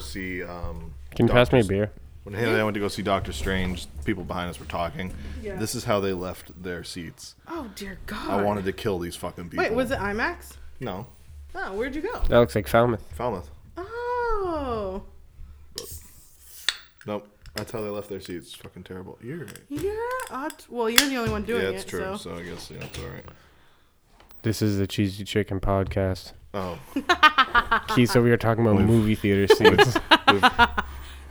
see. Um, Can you pass me a Doctors- beer? When Haley and I went to go see Doctor Strange, people behind us were talking. Yeah. This is how they left their seats. Oh dear God! I wanted to kill these fucking people. Wait, was it IMAX? No, Oh, where'd you go? That looks like Falmouth. Falmouth. Oh, Nope. That's how they left their seats. It's fucking terrible. You're. you're odd. Oh, Well, you're the only one doing yeah, it. it's true. So. So. I guess yeah, it's all right. This is the Cheesy Chicken Podcast. Oh, Keith's over here talking about We've- movie theater scenes. we've,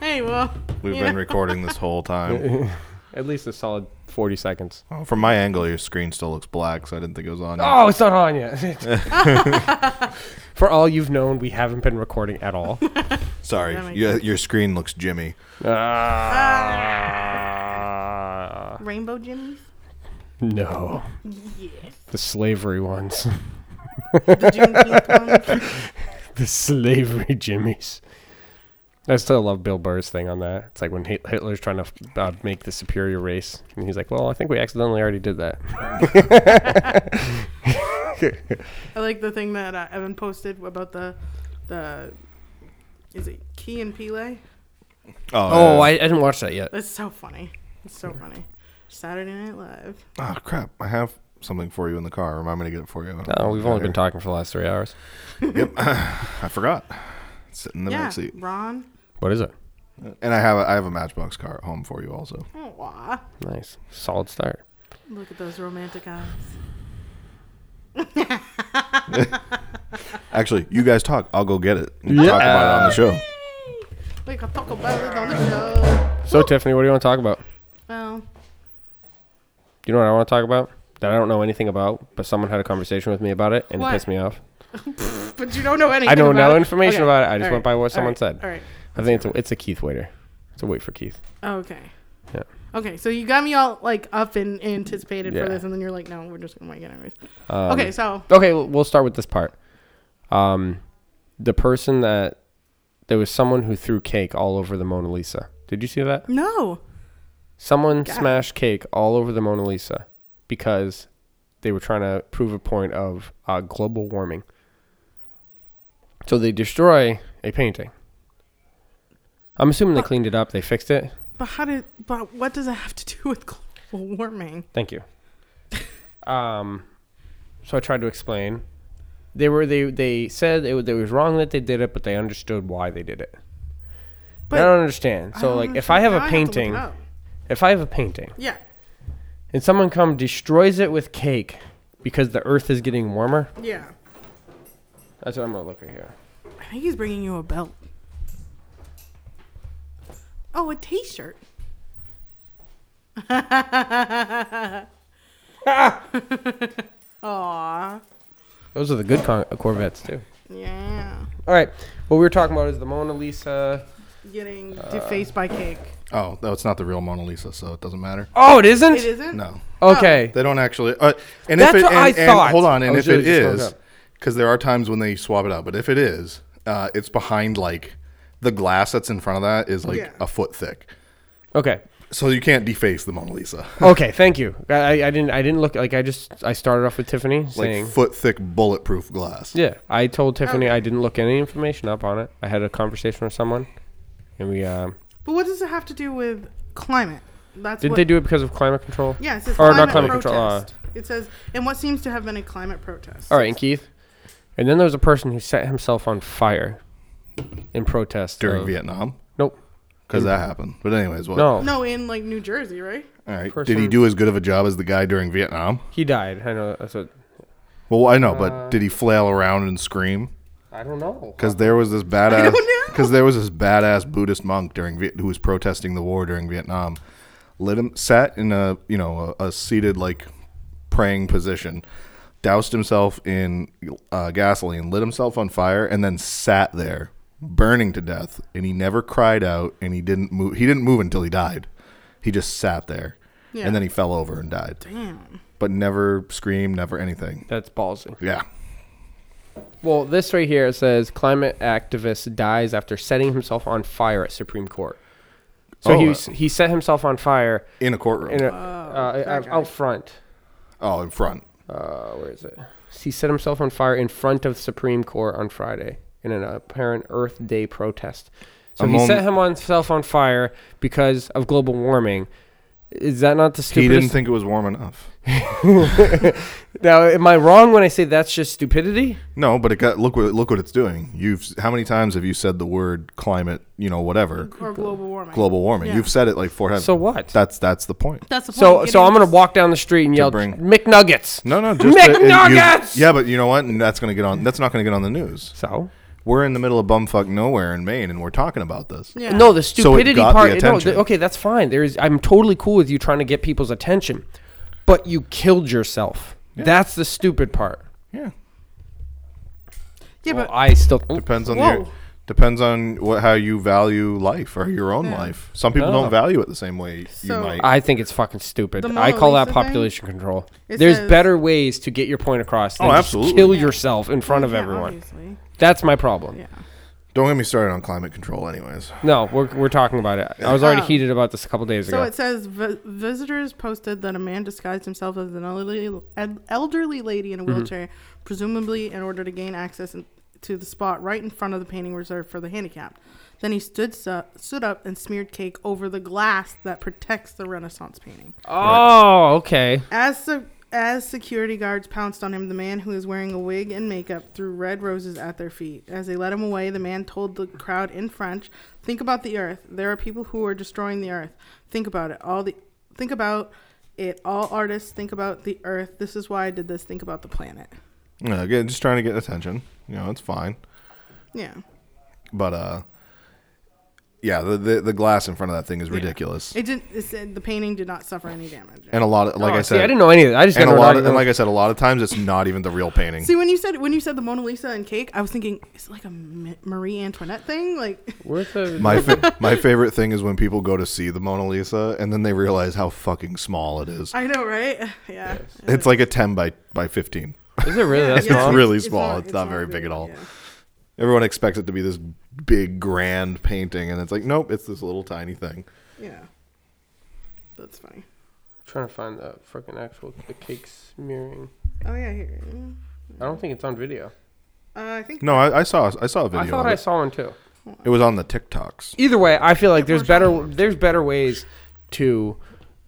Hey, well, we've Yeah. been recording this whole time. At least a solid 40 seconds. Oh, from my angle, your screen still looks black, so I didn't think it was on. yet. Oh, it's not on yet. For all you've known, we haven't been recording at all. Sorry, That makes your, your screen looks Jimmy. Ah. Rainbow Jimmies. no. Yes. The slavery ones. The Juneteenth ones. the slavery jimmies. I still love Bill Burr's thing on that. It's like when Hit- Hitler's trying to uh, make the superior race, and he's like, "Well, I think we accidentally already did that." I like the thing that uh, Evan posted about the the is it Key and Pele? Oh, yeah. I didn't watch that yet. That's so funny. It's so funny. Saturday Night Live. Oh crap! I have something for you in the car. Remind me to get it for you. No, we've only been Here. talking for the last three hours. I forgot. It's sitting in the yeah, back seat, Ron. What is it? and I have a, I have a Matchbox car at home for you also. Aw, Nice, solid start. look at those romantic eyes. Actually, you guys talk. I'll go get it. and Talk about it on the show. We can talk about it on the show. So, Tiffany, what do you want to talk about? Well, Do you know what I want to talk about that I don't know anything about, but someone had a conversation with me about it, and What? it pissed me off. but you don't know anything. I don't about know it. information Okay. about it. I just All went by what All someone right. said. All right. Oh, I think it's a, it's a Keith waiter. It's a wait for Keith. Okay. Yeah. Okay, so you got me all like up and anticipated Yeah. for this, and then you're like, "No, we're just gonna wait it anyways." Um, okay, so okay w- we'll start with this part um the person that there was someone who threw cake all over the mona lisa did you see that no, someone God. smashed cake all over the mona lisa because they were trying to prove a point of uh, global warming so they destroy a painting i'm assuming they cleaned it up they fixed it but how did? But what does that have to do with global warming? Thank you. um, so I tried to explain. They were they they said it, wa- it was wrong that they did it, but they understood why they did it. But But- I don't understand. I So don't like, if understand. I have Now a to look it painting, up. if I have a painting, yeah, and someone come destroys it with cake because the Earth is getting warmer, yeah. that's what I'm gonna look at here. I think he's bringing you a belt. Oh, a T-shirt. Aw, Those are the good con- Corvettes too. yeah. All right, what we were talking about is the Mona Lisa. Getting defaced by cake. Oh, no, it's not the real Mona Lisa, so it doesn't matter. Oh, it isn't. It isn't. No, Okay. they don't actually. Uh, and That's if it, what and, I and- thought. hold on, and I if was it literally just is, looking because there are times when they swap it out, but if it is, uh, it's behind like the glass that's in front of that is like Yeah. a foot thick, Okay. so you can't deface the Mona Lisa. Okay, thank you. I, I I didn't I didn't look like I just I started off with Tiffany saying like foot thick bulletproof glass. yeah. I told Tiffany I didn't look any information up on it. I had a conversation with someone, and we um, But what does it have to do with climate? That's did what, they do it because of climate control? Yeah, it says Or climate not climate control, uh, protest. it says, and what seems to have been a climate protest. All right, and Keith, and then there was a person who set himself on fire in protest during of- Vietnam Nope. because that happened. But anyways, well, Uh, No, No, in like New Jersey, right? all right. Did he person- do as good of a job as the guy during Vietnam? he died. I know. That's what, Well, I know, but did he flail around and scream? I don't know. Because there was this badass, don't know. because there was this badass Buddhist monk during Viet, who was protesting the war during Vietnam. Lit him sat in a you know a, a seated like praying position, doused himself in uh, gasoline, lit himself on fire, and then sat there burning to death. And he never cried out, and he didn't move. He didn't move until he died. He just sat there, Yeah. and then he fell over and died. Damn. But never screamed, never anything. That's ballsy. Yeah. Well, this right here says climate activist dies after setting himself on fire at Supreme Court. So Oh, he uh, was, he set himself on fire In a courtroom. in a, uh, uh, out front. oh, in front. Uh, where is it? He set himself on fire in front of Supreme Court on Friday in an apparent Earth Day protest. So I'm he on- set him himself on fire because of global warming. Is that not the He stupidest? didn't think it was warm enough. now, am I wrong when I say that's just stupidity? No, but it got look what look what it's doing. You've how many times have you said the word climate? You know, whatever or global warming. global warming. Yeah. You've said it like four times. So what? That's that's the point. That's the point. so, so getting I'm gonna this- walk down the street and yell bring- McNuggets. No, no, just that- and you- McNuggets! yeah, but you know what? And that's gonna get on. That's not gonna get on the news. So We're in the middle of bumfuck nowhere in Maine, and we're talking about this. Yeah. no, the So it stupidity got the part. no, attention. th- okay, that's fine. There is. I'm totally cool with you trying to get people's attention, but you killed yourself. Yeah. That's the stupid part. Yeah, Yeah, Well, but I still depends on Whoa. your depends on what how you value life or your own Yeah. life. Some people No. don't value it the same way you So- might. I think it's fucking stupid. The Mona I call Lisa that thing? population control. It There's says- better ways to get your point across than Oh, just absolutely. kill Yeah. yourself in front of Yeah, everyone. obviously. That's my problem. Yeah. don't get me started on climate control, anyways. No, we're, we're talking about it. I was already Um, heated about this a couple days So ago. it says vi- visitors posted that a man disguised himself as an elderly, el- elderly lady in Mm-hmm. a wheelchair, presumably in order to gain access in, to the spot right in front of the painting reserved for the handicapped. Then he stood su- stood up and smeared cake over the glass that protects the Renaissance painting. oh, okay. As se- as security guards pounced on him, the man who was wearing a wig and makeup threw red roses at their feet. As they led him away, the man told the crowd in French, "Think about the earth. There are people who are destroying the earth. Think about it. All the think about it. All artists think about the earth. This is why I did this. Think about the planet." Yeah, again, just trying to get attention. You know, it's fine. Yeah. But uh, yeah, the the, the glass in front of that thing is ridiculous. It didn't. It said the painting did not suffer any damage. And a lot of like Oh, I see, said, I didn't know any of that. I just and a never lot know- of, and like I said, a lot of times it's not even the real painting. See, when you said when you said the Mona Lisa and cake, I was thinking it's like a Ma- Marie Antoinette thing. Like, Where's the- My fa- my favorite thing is when people go to see the Mona Lisa and then they realize how fucking small it is. I know, right? Yeah. It's like a ten by by fifteen. is it really that It's small? really small. It's not very big at all. Everyone expects it to be this big grand painting, and it's like, nope, it's this little tiny thing. Yeah. That's funny. trying to find the freaking actual the cake smearing. Oh yeah, here. Mm. I don't think it's on video. Uh, I think No, I, I saw I saw a video. I thought of I it. saw one too. it was on the TikToks. Either way, I feel like there's better there's better ways to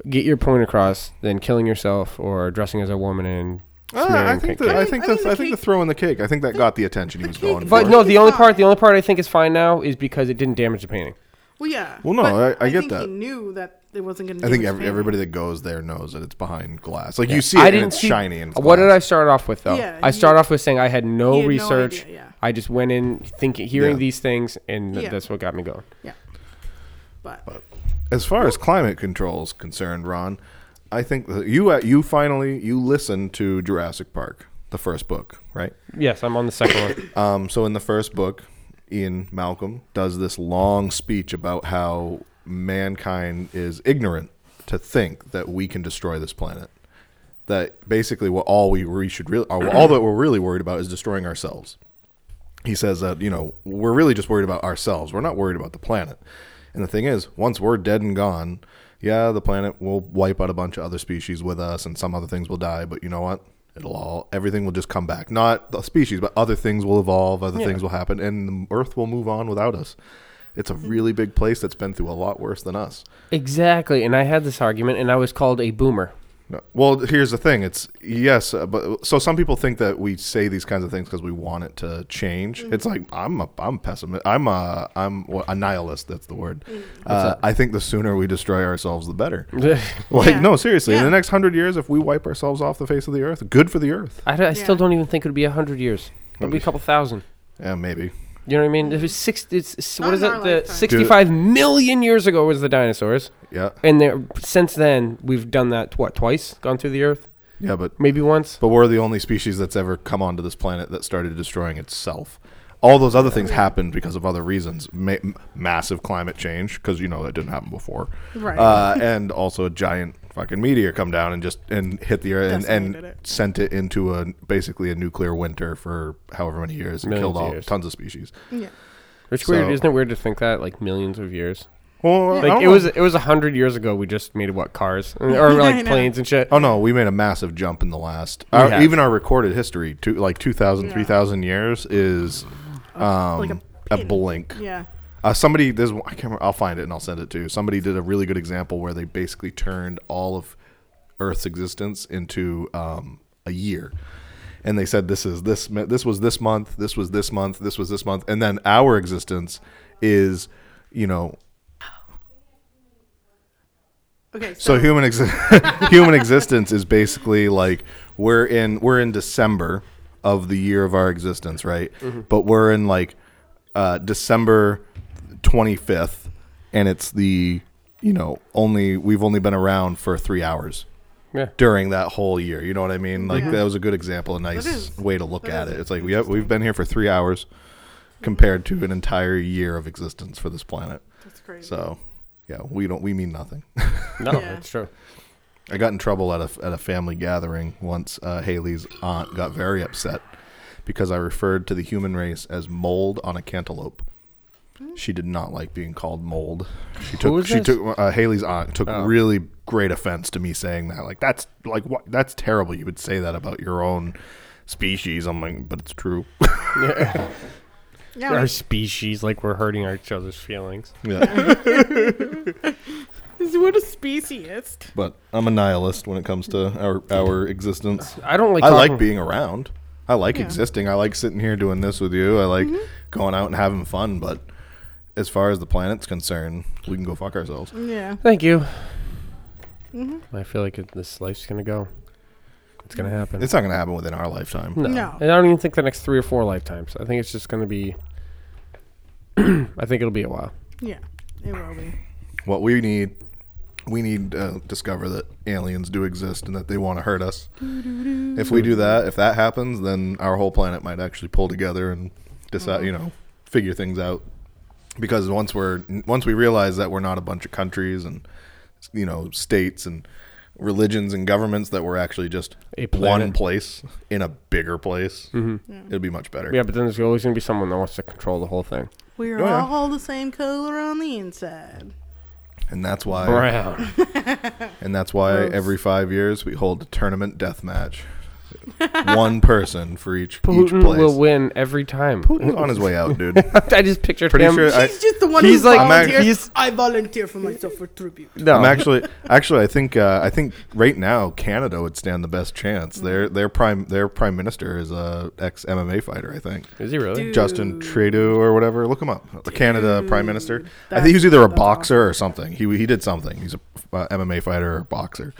get your point across than killing yourself or dressing as a woman and Uh, smearing I think cake. the, I mean- think I the, mean the I think the cake- throw in the cake. I think that got the attention he was cake- going But for. no, the It's only fine. part the only part I think is fine now is because it didn't damage the painting. Well, yeah. Well, no, but I- I get think He that. knew that it wasn't going to. I think ev- everybody that goes there knows that it's behind glass. Like you see it I and didn't it's see- shiny and it's What did I glass. start off with though? Yeah, I you- started off with saying I had no You had no research. idea, yeah. I just went in thinking, hearing Yeah. these things, and th- Yeah. that's what got me going. Yeah. But As far as climate control is concerned, Ron, I think that you uh, you finally you listened to Jurassic Park, the first book, right? Yes, I'm on the second one. Um, so in the first book, Ian Malcolm does this long speech about how mankind is ignorant to think that we can destroy this planet. That basically what all we, we should really or all that we're really worried about is destroying ourselves. He says that you know we're really just worried about ourselves. We're not worried about the planet. And the thing is, once we're dead and gone, yeah, the planet will wipe out a bunch of other species with us, and some other things will die. But you know what? It'll all everything will just come back. Not the species, but other things will evolve. Other things will happen, and the Earth will move on without us. It's a really big place that's been through a lot worse than us. exactly, and I had this argument, and I was called a boomer. No. Well, here's the thing. It's yes, uh, but so some people think that we say these kinds of things because we want it to change. Mm-hmm. It's like I'm a I'm pessimist. I'm a I'm well, a nihilist. That's the word. Mm-hmm. Uh, I think the sooner we destroy ourselves, the better. Like Yeah. no, seriously. In Yeah. the next hundred years, if we wipe ourselves off the face of the earth, good for the earth. I, don't- I still Yeah. don't even think it would be a hundred years. It'd be a couple thousand. Yeah, maybe. You know what I mean? It was six. It's, s- Not what in is it? our The lifetime. sixty-five million years ago was the dinosaurs, Yeah, and there since then we've done that what twice? Gone through the Earth, yeah, but maybe once. but we're the only species that's ever come onto this planet that started destroying itself. All those other things happened because of other reasons. Ma- massive climate change, because you know that didn't happen before. right. uh, and also a giant fucking meteor come down and just and hit the earth and, and Decimated it. sent it into a basically a nuclear winter for however many years and Millions killed of all years. tons of species. yeah. Which weird, So- isn't it weird to think that like millions of years? Well, Like it was it was a hundred years ago. We just made what cars or I like know. planes and shit. Oh no, we made a massive jump in the last our, have. even our recorded history to like 2000 Yeah. 3000 years is um, like a a, pin. blink. Yeah. Uh, somebody, there's one- I can't remember, I'll find it and I'll send it to you. Somebody did a really good example where they basically turned all of Earth's existence into um, a year, and they said this is this mi- this was this month, this was this month, this was this month, and then our existence is, you know, Okay, so so, human exi- human existence is basically like we're in we're in December of the year of our existence, right? Mm-hmm. But we're in like uh, December twenty fifth, and it's the you know only we've only been around for three hours Yeah. during that whole year. You know what I mean? Like Yeah. that was a good example, a nice Mm-hmm. is. way to look That at is it. It's like yep, we've been here for three hours compared to an entire year of existence for this planet. that's crazy. So yeah, we don't we mean nothing. No, Yeah. it's true. I got in trouble at a at a family gathering once. Uh, Haley's aunt got very upset because I referred to the human race as mold on a cantaloupe. She did not like being called mold. She took was she this? took uh, Haley's aunt took Oh. really great offense to me saying that. Like that's like what that's terrible. You would say that about your own species. I'm like, but it's true. yeah, Our like, species, like we're hurting each other's feelings. yeah, this is what a speciest. but I'm a nihilist when it comes to our our existence. I don't like. I talking- like being around. I like Yeah. existing. I like sitting here doing this with you. I like Mm-hmm. going out and having fun. But as far as the planet's concerned, we can go fuck ourselves. Yeah. Thank you. Mhm. I feel like it, this life's gonna go. It's gonna happen. It's not going to happen within our lifetime. no. No. and I don't even think the next three or four lifetimes. I think it's just gonna be. I think it'll be a while. Yeah. It will be. What we need, we need to discover that aliens do exist and that they want to hurt us. If we do that, if that happens, then our whole planet might actually pull together and decide, you know, figure things out. Because once we're once we realize that we're not a bunch of countries and you know states and religions and governments that we're actually just A one planet. Mm-hmm. place in a bigger place, Yeah. it'd be much better. Yeah, but then there's always gonna be someone that wants to control the whole thing. We're Oh, yeah. all the same color on the inside. And that's why Brown. And that's why Gross. every five years we hold a tournament death match. One person for each each Putin place. will win every time. Putin's on his way out, dude. I just pictured Pretty him. sure I, He's just the one He's who's like- I'm act- volunteers. he's- I volunteer for myself for tribute. no, I'm actually actually I think uh, I think right now Canada would stand the best chance. Their Mm. their prime their prime minister is a ex MMA fighter, I think. is he really? Dude. Justin Trudeau or whatever. Look him up. The Canada Mm-hmm. prime minister. I think that's- he was either a that's boxer or something. He he did something. He's a uh, MMA fighter or boxer.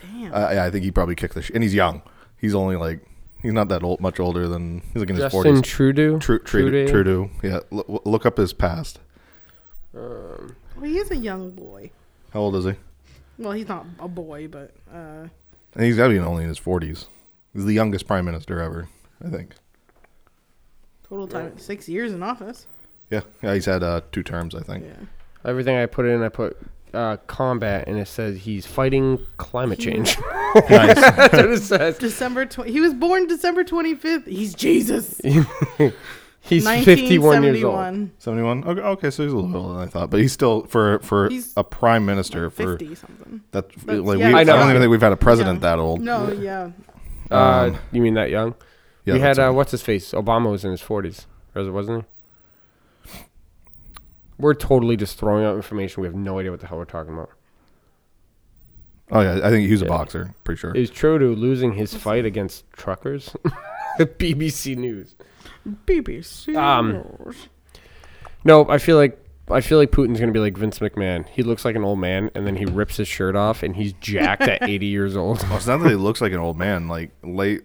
Damn. Uh, yeah, I think he probably kicked the sh- and he's young. He's only like he's not that old, much older than he's like in his Justin forties. Trudeau. Tru- Trudeau. Trudeau? Trudeau. Yeah, Lo- w- look up his past. Um, well, he is a young boy. How old is he? Well, he's not a boy, but uh, And he's got to be only in his forties. He's the youngest prime minister ever, I think. total time six years in office. Yeah, yeah he's had uh, two terms, I think. Yeah. Everything I put in, I put uh, combat, and it says he's fighting climate change. nice. That's what it says. December tw- he was born December 25th. He's Jesus. He's 51 years old. 1971. Seventy-one. Okay, okay, so he's a little older than I thought, but he's still for for He's a prime minister for 50 something. that. That's- Like yeah, we, I I, know. don't even think we've had a president that old. No, yeah. Uh, you mean that young? Yeah, we that's had uh, right. what's his face? Obama was in his 40s, or was it- wasn't he? We're totally just throwing out information. We have no idea what the hell we're talking about. Oh yeah, I think he was a Yeah. boxer. Pretty sure. Is Trudeau losing his fight against truckers? BBC News. BBC. Um, News. No, I feel like I feel like Putin's gonna be like Vince McMahon. He looks like an old man, and then he rips his shirt off, and he's jacked at 80 years old. Well, it's not that he looks like an old man. Like late,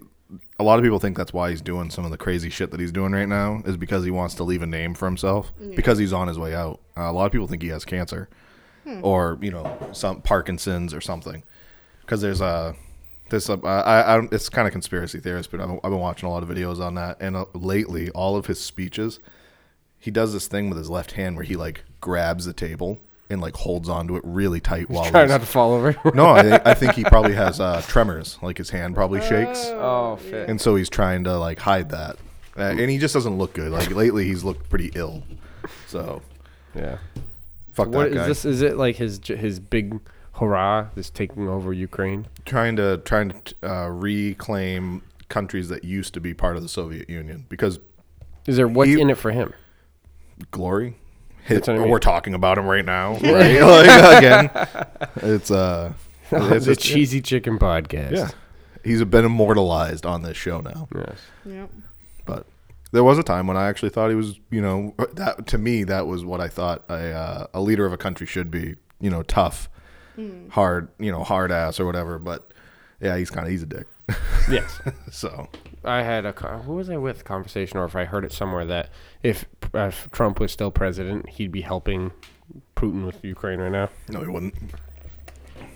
a lot of people think that's why he's doing some of the crazy shit that he's doing right now is because he wants to leave a name for himself because he's on his way out. Uh, a lot of people think he has cancer or you know some Parkinson's or something because there's a this uh, I, I don't- it's kind of conspiracy theorist, but I've, I've been watching a lot of videos on that and uh, lately all of his speeches he does this thing with his left hand where he like grabs the table and like holds onto it really tight while Try he's- not to fall over. no, I, thi- I think he probably has uh, tremors. Like his hand probably shakes, oh, fit. and so he's trying to like hide that. Uh, and he just doesn't look good. Like lately, he's looked pretty ill. So Yeah. fuck What that is guy. this? Is it like his j- his big hurrah? This taking over Ukraine? Trying to trying to uh, reclaim countries that used to be part of the Soviet Union because Is there what's He- in it for him? glory, That's what I mean. We're talking about him right now, right? like, again, it's uh, it's the just- cheesy chicken podcast. Yeah, he's been immortalized on this show now. Yes. Yep. But there was a time when I actually thought he was, you know, that to me that was what I thought a uh, a leader of a country should be, you know, tough, hard, you know, hard ass or whatever. But yeah, he's kind of he's a dick. Yes. so I had a con- who was I with conversation, or if I heard it somewhere that if, if Trump was still president, he'd be helping Putin with Ukraine right now. no, he wouldn't.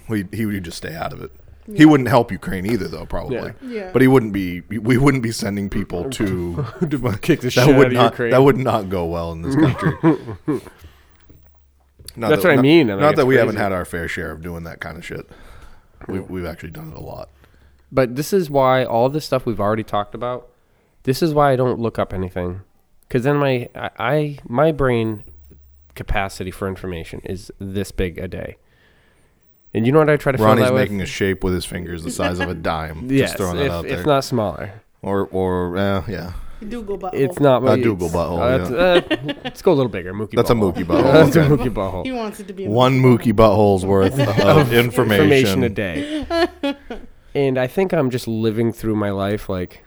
We he would just stay out of it. He wouldn't help Ukraine either, though probably. Yeah. Yeah. But he wouldn't be. We wouldn't be sending people to To kick the that shit would out of not, Ukraine. That would not go well in this country. Not That's what I mean, and, Not, like, not it's that we haven't crazy. had our fair share of doing that kind of shit. We, we've actually done it a lot. But this is why all this stuff we've already talked about. This is why I don't look up anything, because then my I, I my brain capacity for information is this big a day. And you know what I try to fill Ronnie's that making with? a shape with his fingers the size of a dime. yes, just throwing that if, out if there. not smaller. or or uh, yeah, Dougal butthole. It's not A it's- Dougal butthole, that's- uh, let's go a little bigger. Mookie. that's a butthole. Mookie butthole. that's a okay. Mookie butthole. He wants it to be a One Mookie butthole's worth of information. information a day. and I think I'm just living through my life like,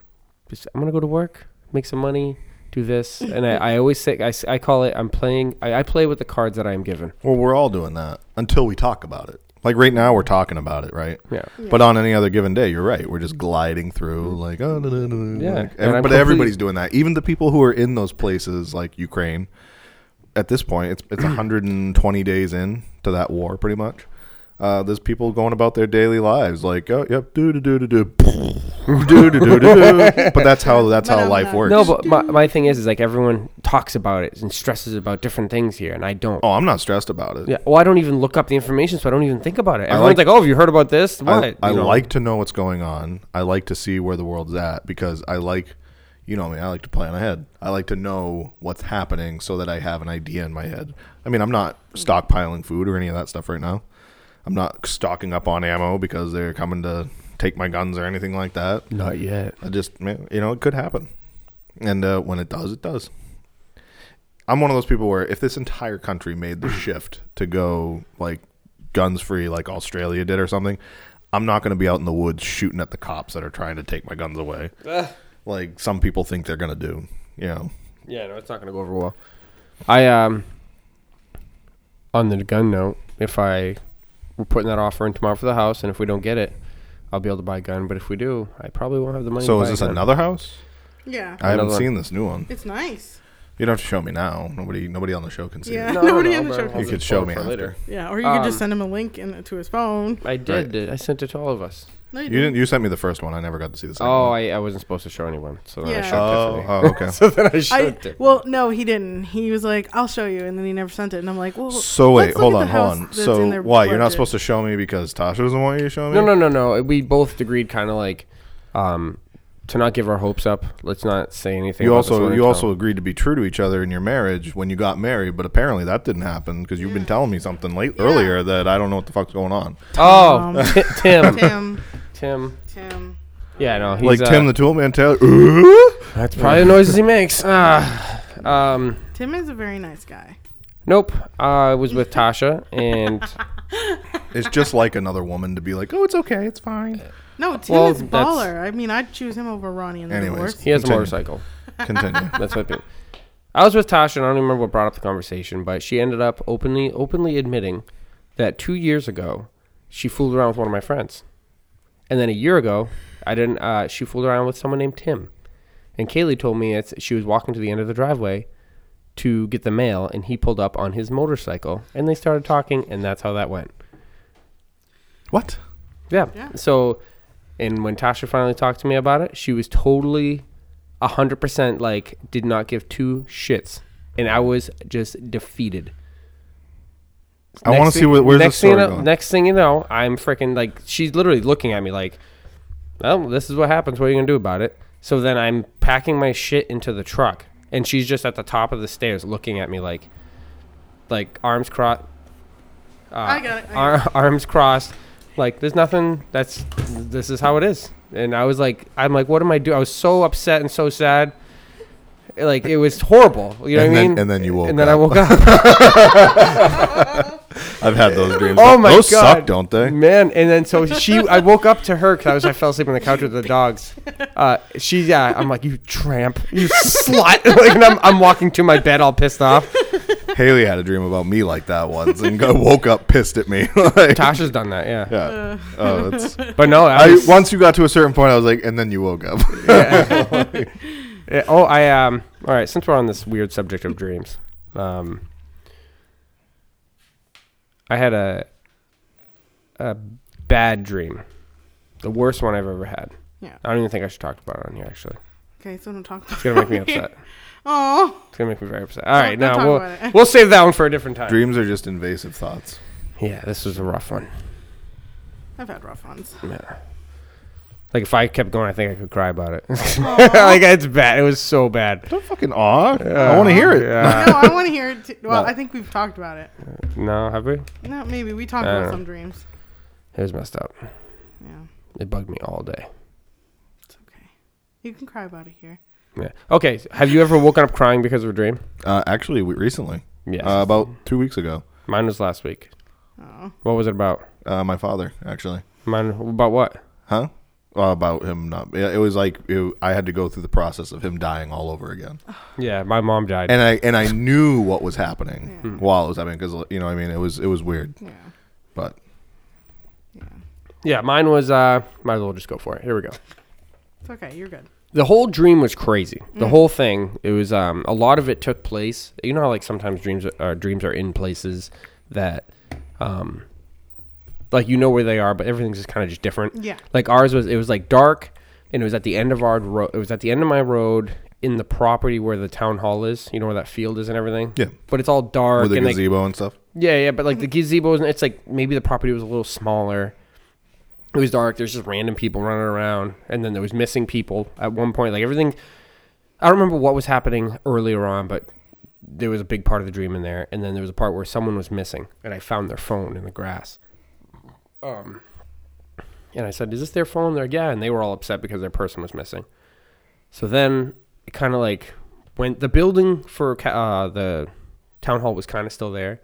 just, I'm gonna go to work, make some money, do this, and I, I always say I, s- I call it I'm playing. I, I play with the cards that I am given. Well, we're all doing that until we talk about it. Like right now, we're talking about it, right? Yeah. But on any other given day, you're right. We're just gliding through, like, oh, da, da, da, da, Yeah, like, and every- I'm but complete- everybody's doing that. Even the people who are in those places, like Ukraine, at this point, it's it's 120 days in to that war, pretty much. Uh, there's people going about their daily lives, like, oh, yep, do do do do do, do do do do. But that's how that's how life works. No, but my, my thing is is like everyone talks about it and stresses about different things here, and I don't. oh, I'm not stressed about it. Yeah. Well, I don't even look up the information, so I don't even think about it. Everyone's like- like, "Oh, have you heard about this? What?" I, I You know? like to know what's going on. I like to see where the world's at because I like, you know me, I like to plan ahead. I like to know what's happening so that I have an idea in my head. I mean, I'm not stockpiling food or any of that stuff right now. I'm not stocking up on ammo because they're coming to take my guns or anything like that. Not yet. I just, man, you know, it could happen. And uh, when it does, it does. I'm one of those people where if this entire country made the shift to go like guns free, like Australia did or something, I'm not going to be out in the woods shooting at the cops that are trying to take my guns away. like some people think they're going to do. You know, Yeah, no, it's not gonna go over well. I um on the gun note, if I we're putting that offer in tomorrow for the house, and if we don't get it, I'll be able to buy a gun. But if we do, I probably won't have the money. so to buy is this a gun. another house? Yeah. I haven't Another one. seen this new one. it's nice. You don't have to show me now. Nobody, nobody on the show can see Yeah. it. No, no, Nobody no, on the but show I'll can You just could pull show it me for after. Yeah. Or you Um, could just send him a link in, to his phone. I did. uh, I sent it to all of us. No, you You didn't. didn't. You sent me the first one. I never got to see the second Oh, one. I, I wasn't supposed to show anyone, so then I Yeah. showed Oh, Tiffany. oh, okay. So then I showed I, Tiffany. well, no, he didn't. He was like, "I'll show you," and then he never sent it. And I'm like, "Well, So let's wait, look hold at the on, hold house on. that's in So their why you're not budget." supposed to show me because Tasha doesn't want you to show me? No, no, no, no. We both agreed, kind of like, um, to not give our hopes up. Let's not say anything. You about this one also you until- also agreed to be true to each other in your marriage when you got married, but apparently that didn't happen because you've been telling me something late earlier that I don't know what the fuck's going on. Oh, Um, Ti- Tim. Tim. Tim, Tim, Yeah, no. like He's, uh, Tim the Toolman Taylor. "Uh?" That's probably the noises he makes. Ah, um, Tim is a very nice guy. nope. I was with Tasha, and it's just like another woman to be like, oh, it's okay, it's fine. No, Tim Well, is that's- baller. I mean, I'd choose him over Ronnie in the Anyways. divorce. he has a Continue. motorcycle. Continue. That's what. I think. I was with Tasha, and I don't even remember what brought up the conversation, but she ended up openly, openly admitting that two years ago she fooled around with one of my friends, and then a year ago I didn't. Uh, she fooled around with someone named Tim, and Kaylee told me it's she was walking to the end of the driveway to get the mail, and he pulled up on his motorcycle, and they started talking, and that's how that went. what? Yeah. Yeah. So, and when Tasha finally talked to me about it, she was totally, a hundred percent like did not give two shits, and I was just defeated. I wanna Next see thing- where- where's next this story thing you know- going? Next thing you know, I'm freaking like she's literally looking at me like, "Well, this is what happens. What are you gonna do about it?" So then I'm packing my shit into the truck, and she's just at the top of the stairs looking at me like, like arms crossed. Uh, I got it, I got ar- arms crossed. Like there's nothing. That's this is how it is. And I was like, I'm like, what am I doing? I was so upset and so sad. Like it was horrible. You know And what I then- mean? and then you woke And then I up. woke up. I've had those dreams. oh my those god. suck, don't they? Man, and then so she, I woke up to her because I was, I fell asleep on the couch with the dogs. Uh, she, yeah, I'm like, you tramp, you slut, like, and I'm, I'm walking to my bed all pissed off. Haley had a dream about me like that once, and got, woke up pissed at me. like, Tasha's done that, yeah. Uh. yeah. Oh, it's. But no, I, I, was- once you got to a certain point, I was like, and then you woke up. Yeah, oh, I um. All right, since we're on this weird subject of dreams, um, I had a a bad dream, the worst one I've ever had. Yeah. I don't even think I should talk about it on here. Actually, Okay, so don't talk it's about gonna make me upset. Oh, It's gonna make me very upset. All right, Don't- don't talk now we'll about it. we'll save that one for a different time. Dreams are just invasive thoughts. Yeah, this was a rough one. I've had rough ones. Yeah. Like if I kept going, I think I could cry about it. like it's bad. It was so bad. Don't fucking awe. I want to hear it. Yeah. no, I want to hear it. Too. Well, No. I think we've talked about it. no, have we? No, maybe we talked I about don't some dreams. It was messed up. Yeah, It bugged me all day. it's okay. You can cry about it here. Yeah. Okay. so Have you ever woken up crying because of a dream? Uh, actually, we, recently, Yes. uh, about two weeks ago, Mine was last week. Oh, What was it about? uh, my father actually, Mine about what? huh? Uh, about him not. It, it was like it, I had to go through the process of him dying all over again, Yeah, my mom died. and I and I knew what was happening while it was happening because you know what I mean it was it was weird, yeah, but yeah. yeah, mine was. Uh, might as well just go for it. Here we go. It's okay. You're good. The whole dream was crazy. The whole thing. It was. Um, a lot of it took place. You know how like sometimes dreams are, uh, dreams are in places that, um, like you know where they are, but everything's just kind of just different. Yeah. Like ours was. It was like dark, and it was at the end of our road. It was at the end of my road in the property where the town hall is. You know where that field is and everything. Yeah. But it's all dark with a and like gazebo and stuff. Yeah, yeah, but like the gazebo wasn't. It's like maybe the property was a little smaller. It was dark. There's just random people running around, and then there was missing people at one point. Like everything, I don't remember what was happening earlier on, but there was a big part of the dream in there, and then there was a part where someone was missing, and I found their phone in the grass. Um, and I said, "Is this their phone?" They're like, "Yeah," and they were all upset because their person was missing. So then it kind of like went. The building for ca- uh, the town hall was kind of still there,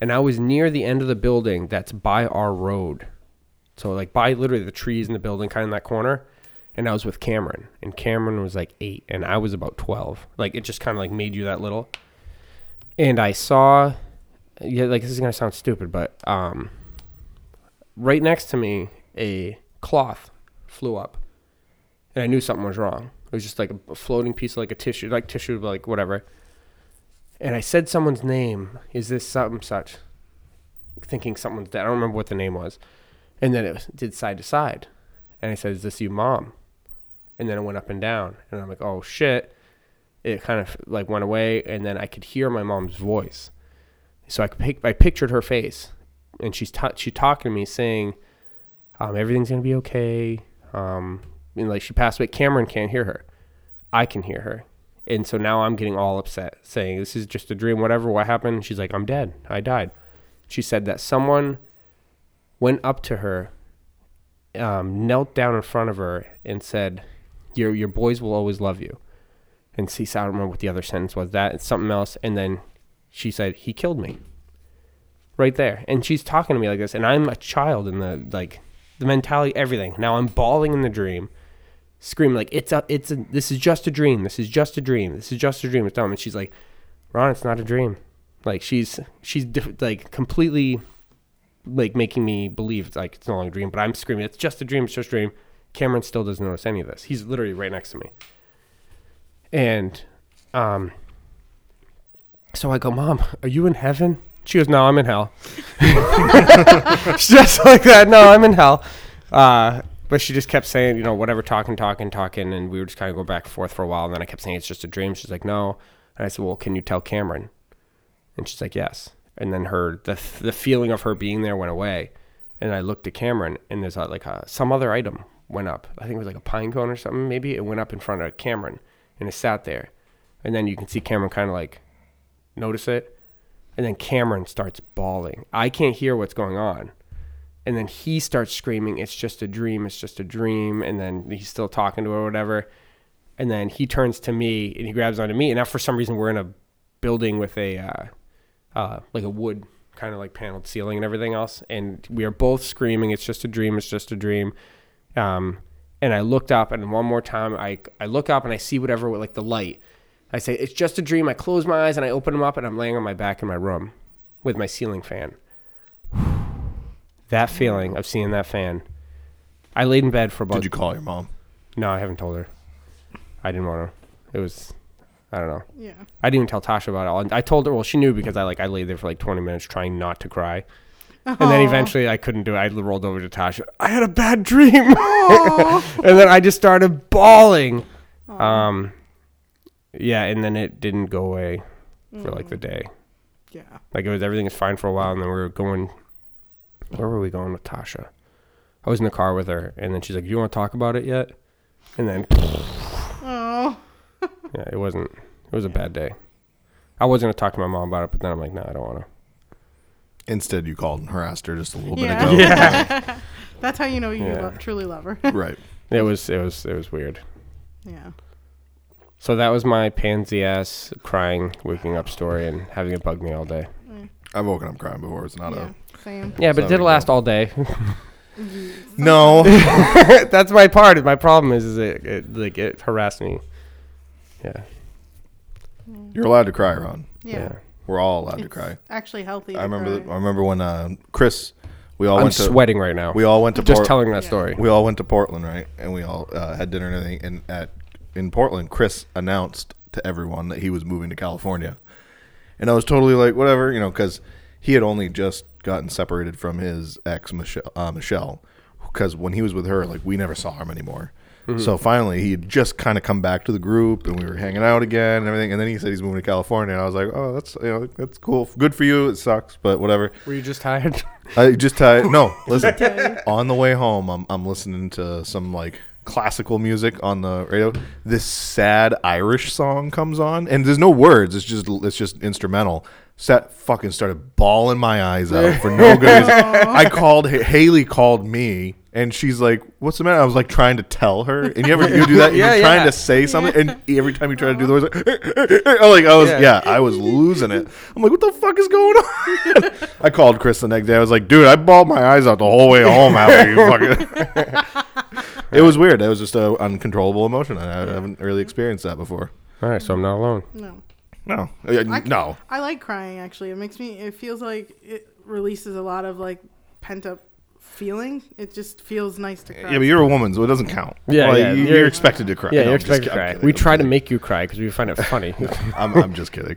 and I was near the end of the building that's by our road. So like by literally the trees in the building, kind of in that corner. And I was with Cameron, and Cameron was like eight, and I was about twelve. Like it just kind of like made you that little. And I saw, yeah, like this is gonna sound stupid, but um, right next to me, a cloth flew up and I knew something was wrong. It was just like a floating piece, of like a tissue, like tissue, like whatever. And I said someone's name. Is this something such? Thinking someone's dead. I don't remember what the name was. And then it was- did side to side. And I said, "Is this you, mom?" And then it went up and down. And I'm like, "Oh shit!" It kind of like went away, and then I could hear my mom's voice. So I could pic- I pictured her face, and she's ta- she talking to me, saying, um, everything's gonna be okay. Um, and like she passed away, Cameron can't hear her. I can hear her, and so now I'm getting all upset, saying this is just a dream. Whatever, what happened? She's like, I'm dead. I died. She said that someone went up to her, um, knelt down in front of her, and said, "Your your boys will always love you." And see, so I don't remember what the other sentence was. That it's something else. And then she said, "He killed me." right there and she's talking to me like this and i'm a child in the like the mentality everything now i'm bawling in the dream screaming like it's a it's a this is just a dream this is just a dream this is just a dream it's dumb and she's like ron it's not a dream like she's she's diff- like completely like making me believe it's like it's no longer a dream but i'm screaming it's just a dream it's just a dream cameron still doesn't notice any of this he's literally right next to me and um so I go, Mom, are you in heaven? She goes, No, I'm in hell. just like that. No, I'm in hell. Uh, but she just kept saying, you know, whatever, talking, talking, talking. And we were just kind of go back and forth for a while. And then I kept saying, It's just a dream. She's like, No. And I said, Well, can you tell Cameron? And she's like, Yes. And then her, the, the feeling of her being there went away. And I looked at Cameron and there's a, like a, some other item went up. I think it was like a pine cone or something, maybe. It went up in front of Cameron and it sat there. And then you can see Cameron kind of like notice it. And then Cameron starts bawling. I can't hear what's going on. And then he starts screaming, It's just a dream. It's just a dream. And then he's still talking to her or whatever. And then he turns to me and he grabs onto me. And now for some reason we're in a building with a uh, uh, like a wood kind of like paneled ceiling and everything else. And we are both screaming, "It's just a dream! It's just a dream!" Um, and I looked up, and one more time, I I look up and I see whatever with like the light. I say, "It's just a dream." I close my eyes and I open them up, and I'm laying on my back in my room with my ceiling fan. that feeling of seeing that fan. I laid in bed for about Did you call your mom? no, I haven't told her. I didn't want to. It was, I don't know. Yeah. I didn't even tell Tasha about it. all. And I told her. Well, she knew because I like I laid there for like 20 minutes trying not to cry, and then Aw. eventually I couldn't do it. I rolled over to Tasha. I had a bad dream, Aw. and then I just started bawling. Um, yeah, and then it didn't go away for like the day. yeah. Like it was everything was fine for a while, and then we were going. Where were we going with Tasha? I was in the car with her, and then she's like, "You want to talk about it yet?" And then Oh. Yeah, it wasn't. It was a bad day. I was gonna talk to my mom about it, but then I'm like, no, I don't want to. Instead, you called and harassed her just a little Yeah. bit ago. That's how you know you Yeah. lo- truly love her. Right. It was. It was. It was weird. yeah. So that was my pansy ass crying, waking up story, and having it bug me all day. I've woken up crying before. It's not Yeah. Same. Yeah, but it but Sorry, it did did last last all day. a no. That's my part. My problem is, is it, it like it harassed me. Yeah. You're allowed to cry, Ron. Yeah. We're all allowed to It's cry. Actually healthy. I to remember. cry. I remember when uh, Chris. We all I'm went to. sweating right now. We all went to. just Port- telling that Yeah. story. We all went to Portland, right? And we all uh, had dinner and everything. And at in Portland, Chris announced to everyone that he was moving to California, and I was totally like, whatever, you know, because he had only just gotten separated from his ex Michelle. Uh, Michelle, because when he was with her, like we never saw him anymore. So finally, he had just kind of come back to the group, and we were hanging out again and everything. And then he said he's moving to California, and I was like, "Oh, that's you know, that's cool, good for you. It sucks, but whatever." Were you just tired? I just tired. No, listen. on the way home, I'm I'm listening to some like classical music on the radio. This sad Irish song comes on, and there's no words. It's just it's just instrumental. Sat fucking started bawling my eyes out for no good reason. I called Ha- Haley called me, and she's like, "What's the matter?" I was like trying to tell her, and you ever you do that? Yeah, You're yeah. trying to say something, and every time you try to do the Uh-huh. words, like, like I was Yeah. yeah. I was losing it. I'm like, what the fuck is going on? I called Chris the next day. I was like, dude, I bawled my eyes out the whole way home after you fucking. it was weird. It was just an uncontrollable emotion. and I haven't really experienced that before. all right, so I'm not alone. No. No, Uh, I- no. I like crying actually. It makes me it feels like it releases a lot of like pent up feeling. It just feels nice to cry. Yeah, but you're a woman, so it doesn't count. Yeah, Like, yeah. you- you're, You're- expected to cry. Yeah, No, you're I'm just ki- expected to I'm cry. kidding. We I'm try to kidding. make you cry because we find it funny. I'm, I'm just kidding.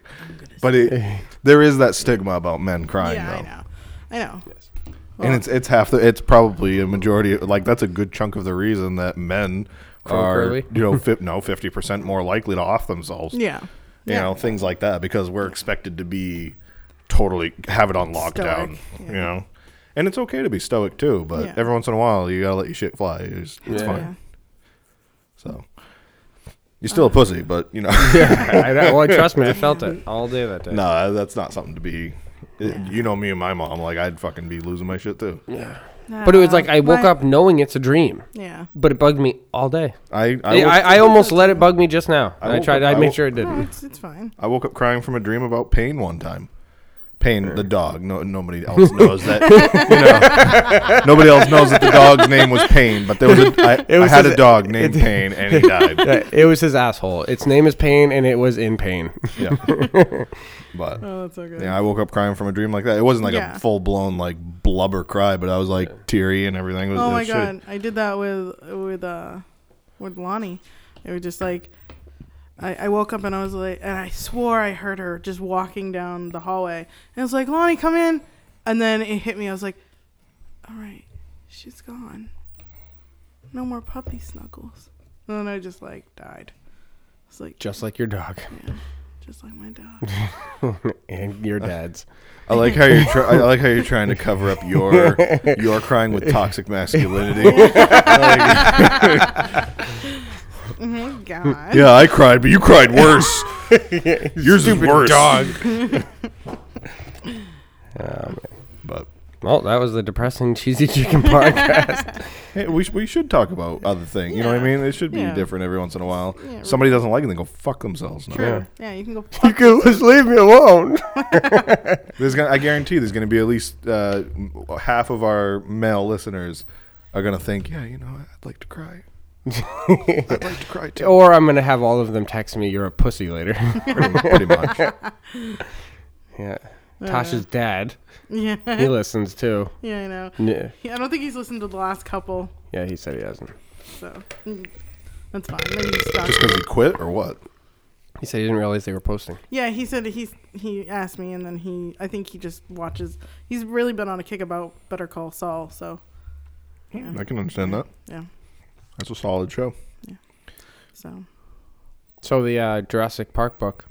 But it, there is that stigma about men crying, Yeah, though. I know. I know. Oh. and it's it's half the it's probably a majority like that's a good chunk of the reason that men Grow are curly? you know fi- no 50% more likely to off themselves Yeah. you yeah. know things like that because we're expected to be totally have it on lockdown Stoic, you yeah. know and it's okay to be stoic too but Yeah. every once in a while you gotta let your shit fly it's, it's Yeah. fine Yeah. Uh-huh. so you're still a pussy but you know I know. Well, trust me, I felt it all day that day. no that's not something to be it- you know me and my mom like i'd fucking be losing my shit too But it was like I Uh, woke my- up knowing it's a dream, Yeah. but it bugged me all day. i I, will- I, almost let it bug me just now. I I, woke tried. up- I I made woke- sure it No, didn't. it's it's fine. I woke up crying from a dream about pain one time. Pain, the dog. No, nobody else knows that. you know, nobody else knows that the dog's name was Pain, but there was a. I It was I had his- a dog named Pain, and he died. Uh, It was his asshole. Its name is pain, and it was in pain. Yeah, but Oh, that's okay. yeah, I woke up crying from a dream like that. It wasn't like Yeah. a full blown like blubber cry, but I was like teary and everything. It was, Oh it my was god, shitty. I did that with with uh with Lonnie. It was just like I, I woke up and I was like, and I swore I heard her just walking down the hallway, and I was like, Lonnie, come in, and then it hit me. I was like, all right, she's gone. No more puppy snuggles. And then I just like died. It's like Just like your dog just like my dog. and your dad's. I like how you're. Try- I like how you're trying to cover up your your crying with toxic masculinity. oh Like, my god. yeah, I cried, but you cried worse. Yours is worse. Um, But Well, that was the depressing cheesy chicken podcast. Hey, we, sh- we should talk about other things. You know what I Yeah. mean? It should be Yeah. different every once in a while. Yeah, right. Somebody doesn't like it, they go fuck themselves. No. True. Yeah. you can go. you Fuck. could just leave me alone. There's gonna, I guarantee there's going to be at least uh, m- half of our male listeners are going to think, yeah, you know, I'd like to cry. I'd like to cry too. or I'm gonna have all of them text me, "You're a pussy" later. pretty, mu- pretty much. yeah. Uh-huh. Tasha's dad. Yeah, He listens too. yeah, I know. Yeah. Yeah, I don't think he's listened to the last couple, Yeah, he said he hasn't. so mm, that's fine. Maybe he's stuck. Just because he quit or what? He said he didn't realize they were posting. Yeah, he said he's he asked me, and then he I think he just watches. He's really been on a kick about Better Call Saul, so yeah, I can understand that. yeah. That's a solid show. So So the uh, Jurassic Park book,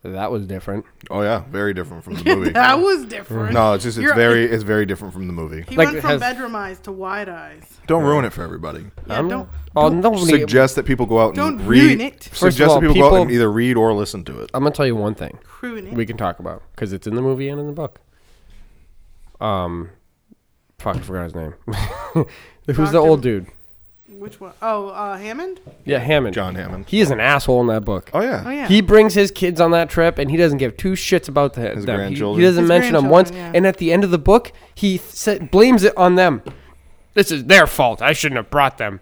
that was different. Oh yeah, very different from the movie. that was different. no, it's just it's You're- very it's very different from the movie. He Like, it went from has- bedroom eyes to wide eyes. Don't ruin it for everybody. Yeah, I'm- don't Oh, nobody. Suggest that people go out and Don't read. ruin it. First of Suggest all, that people, go out people- and either read or listen to it. I'm gonna tell you one thing ruin it. we can talk about because it's in the movie and in the book. Um, fuck, I forgot his name. Who's Doctor- the old dude? Which one? Oh, uh, Hammond. Yeah, Hammond. John Hammond. He is an asshole in that book. Oh yeah. Oh yeah. He brings his kids on that trip, and he doesn't give two shits about the, His them. He- He, grandchildren. doesn't His mention them once. grandchildren, yeah. And at the end of the book, he th- sa- blames it on them. This is their fault. I shouldn't have brought them.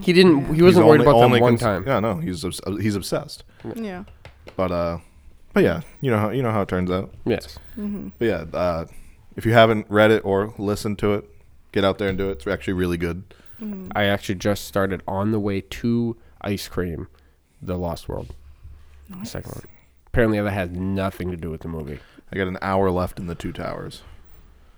He didn't. He Mm. He's wasn't worried only- about them only one cons- time. Yeah, no, he's obs- uh, he's obsessed. yeah. But uh, but yeah, you know how you know how it turns out. Yes. But yeah, uh, if you haven't read it or listened to it, get out there and do it. It's actually really good. I actually just started on the way to ice cream, The Lost World. The Second one. Apparently, that has nothing to do with the movie. I got an hour left in the Two Towers,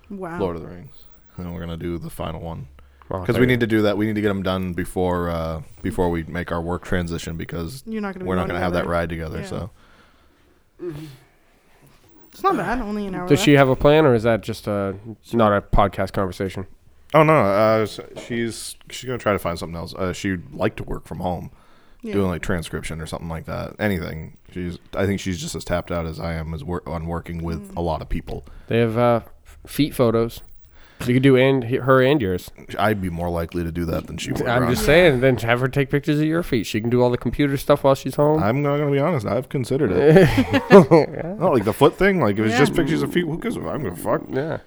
Wow. Lord of the Rings, and then we're gonna do the final one. Well, because we need to do that. We need to get them done before uh, before we make our work transition because You're not gonna. be we're not going going to have that together. ride together. Yeah. So It's not bad. Only an hour. Does left. she have a plan, or is that just a not a podcast conversation? oh no, uh, s- she's she's going to try to find something else. Uh, she'd like to work from home, Yeah. doing like transcription or something like that. Anything. She's I think she's just as tapped out as I am as wor- on working with Mm. a lot of people. They have uh, f- feet photos. You could do and her and yours. I'd be more likely to do that than she would. I'm Ron. just saying. Then have her take pictures of your feet. She can do all the computer stuff while she's home. I'm not gonna be honest. I've considered it. no, like the foot thing. Like if it's Yeah. just pictures of feet, who gives? a- I'm gonna fuck. yeah.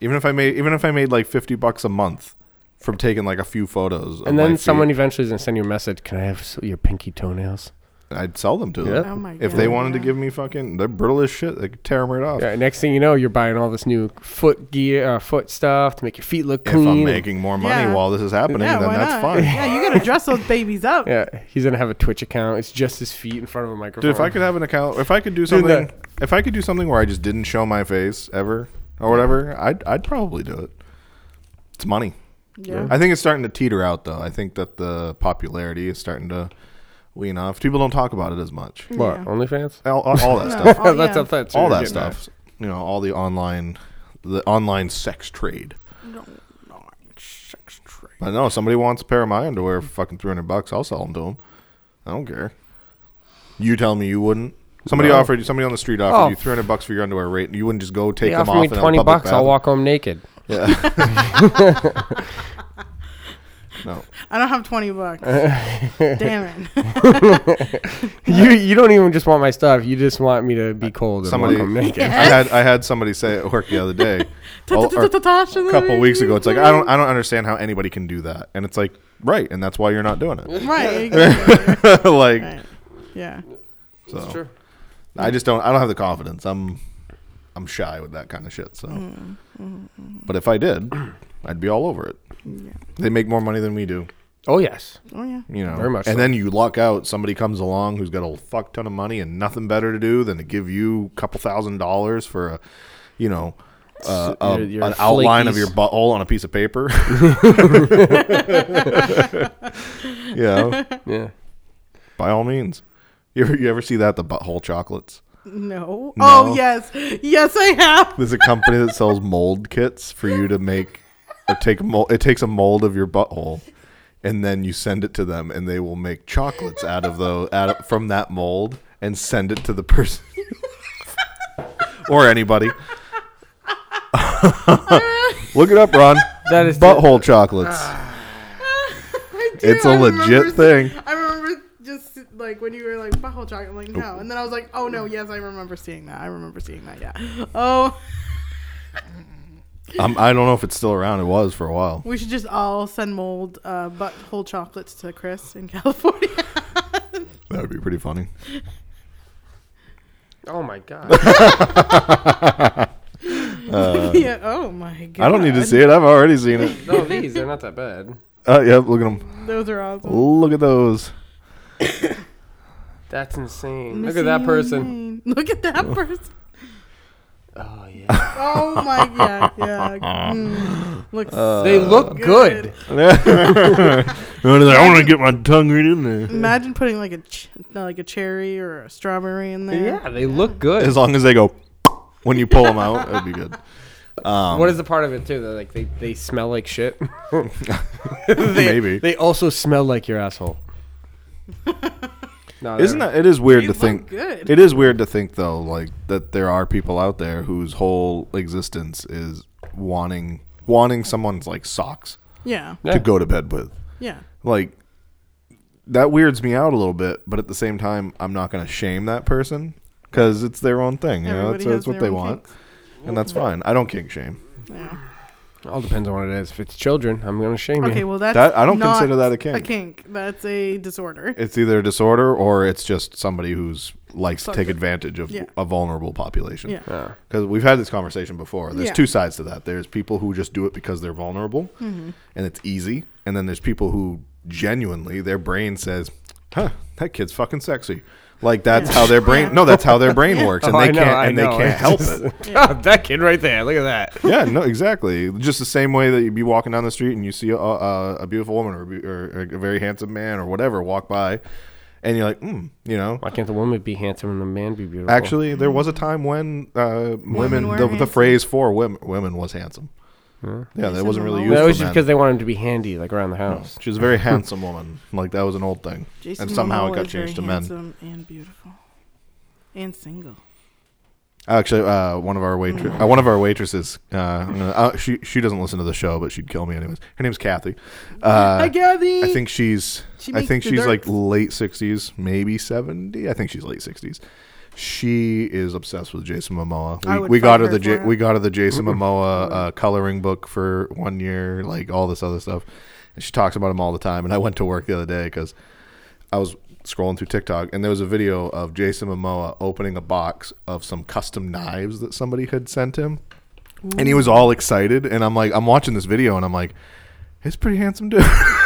Even if I made, even if I made like fifty bucks a month from taking like a few photos, of And my then feet, someone eventually is gonna send you a message. Can I have s- your pinky toenails? I'd sell them to Yeah. them. Oh my If they God, wanted to yeah. give me fucking, they're brittle as shit. They could tear them right off. Yeah, next thing you know, you're buying all this new foot gear, uh, foot stuff to make your feet look If clean. I'm making more money Yeah. while this is happening, yeah, then why not? that's fine. Yeah, you gotta dress those babies up. yeah, he's gonna have a Twitch account. It's just his feet in front of a microphone. Dude, if I could have an account, if I could do Doing something, that. if I could do something where I just didn't show my face ever or whatever, I'd I'd probably do it. It's money. Yeah. I think it's starting to teeter out though. I think that the popularity is starting to wean off. People don't talk about it as much. what Yeah. Oh, OnlyFans? All, all, all that No, stuff. all- that's yeah. up- that's all what that you're getting at. stuff. You know, all the online, the online sex trade. No, no, sex trade. I know somebody wants a pair of my underwear for fucking three hundred bucks. I'll sell them to them. I don't care. You tell me you wouldn't. Somebody No. offered you. Somebody on the street offered Oh. you three hundred bucks for your underwear rate. You wouldn't just go take They them offer off. me in a twenty public bucks. I'll bathroom. walk home naked. Yeah. no. I don't have twenty bucks. Damn it. you you don't even just want my stuff. You just want me to be cold and Somebody- walk home naked. I had I had somebody say at work the other day, or- or a couple weeks ago. It's like I don't I don't understand how anybody can do that, and it's like right, and that's why you're not doing it. Right. Exactly. like right. Yeah. so. I just don't. I don't have the confidence. I'm, I'm shy with that kind of shit. So, but if I did, I'd be all over it. Yeah. They make more money than we do, Oh yes. Oh yeah. you know. Very much And so. then you luck out. Somebody comes along who's got a fuck ton of money and nothing better to do than to give you a couple thousand dollars for a, you know. Uh, a, your- your an outline of flakies. your butthole on a piece of paper. you know, Yeah. by all means. You ever, you ever see that the butthole chocolates? No. No. Oh yes. Yes, I have. There's a company that sells mold kits for you to make or take mold. It takes a mold of your butthole, and then you send it to them, and they will make chocolates out of those out of, from that mold and send it to the person or anybody. Look it up, Ron. That is the- Ah. butthole chocolates. I do, It's a I legit remember- thing. I remember just like when you were like butthole chocolate. I'm like no, and then I was like, oh no, yes, I remember seeing that. I remember seeing that. Yeah. Oh, I'm, I don't know if it's still around. It was for a while. we should just all send mold uh, butthole chocolates to Chris in California. That would be pretty funny. Oh my god. yeah. Oh my god. Uh, I don't need to see it. I've already seen it. no, these they're not that bad. Uh, yep, look at them. Those are awesome. Look at those. That's insane. Look Missing at you that in person. vain. Look at that person. Oh yeah. Oh my god. Yeah. Mm. Looks. Uh, they look good. good. I want to get my tongue right in there. Imagine putting like a ch- like a cherry or a strawberry in there. Yeah, they look good. As long as they go when you pull them out, that'd be good. what Um, is the part of it too? That like they, they smell like shit. Maybe. They also smell like your asshole. no, Isn't they're- that it is weird They to look think good. it is weird to think though, like that there are people out there whose whole existence is wanting wanting someone's like socks Yeah. Yeah. to go to bed with. Yeah. Like that weirds me out a little bit, but at the same time, I'm not going to shame that person because it's their own thing. You know, Everybody it's, has it's what their they own want, and that's fine. I don't kink shame. Yeah. all depends on what it is. If it's children, I'm gonna shame Okay. you. Well, that's That- I don't not consider that a kink. A kink. That's a disorder. It's either a disorder or it's just somebody who's likes to Fuck take it. advantage of Yeah. a vulnerable population. Yeah. Yeah. because we've had this conversation before. There's Yeah. two sides to that. There's people who just do it because they're vulnerable, Mm-hmm. and it's easy, and then there's people who genuinely their brain says, "Huh, that kid's fucking sexy." Like that's how their brain. No, that's how their brain works, and Oh, they I know, can't I and they know. can't It's help just- it. God, that kid right there. Look at that. Yeah, no, exactly. Just the same way that you'd be walking down the street and you see a, a, a beautiful woman or a, be- or a very handsome man or whatever walk by, and you're like, mm, you know. Why can't the woman be handsome and the man be beautiful? Actually, there was a time when uh, women, were the, the hmm. handsome. phrase for women, women was handsome. Yeah, that said wasn't really Malone. used. that for was just men. because they wanted him to be handy, like around the house. She was a very handsome woman. Like that was an old thing, Jason and somehow Momoa it got is very changed to men. handsome And beautiful. And single. Actually, uh, one of our waitress, Mm. uh, one of our waitresses, uh, I'm gonna- uh, she she doesn't listen to the show, but she'd kill me anyways. Her name's Kathy. Uh, Hi, Kathy. I think she's She I makes think she's like desserts. late sixties, maybe seventy. I think she's late sixties. She is obsessed with Jason Momoa. I We, would we got fight her her the J- for it. we got her the Jason Momoa uh, coloring book for one year, like all this other stuff, and she talks about him all the time. And I went to work the other day because I was scrolling through TikTok and there was a video of Jason Momoa opening a box of some custom knives that somebody had sent him. And he was all excited, and I'm like, I'm watching this video, and I'm like, he's a pretty handsome dude.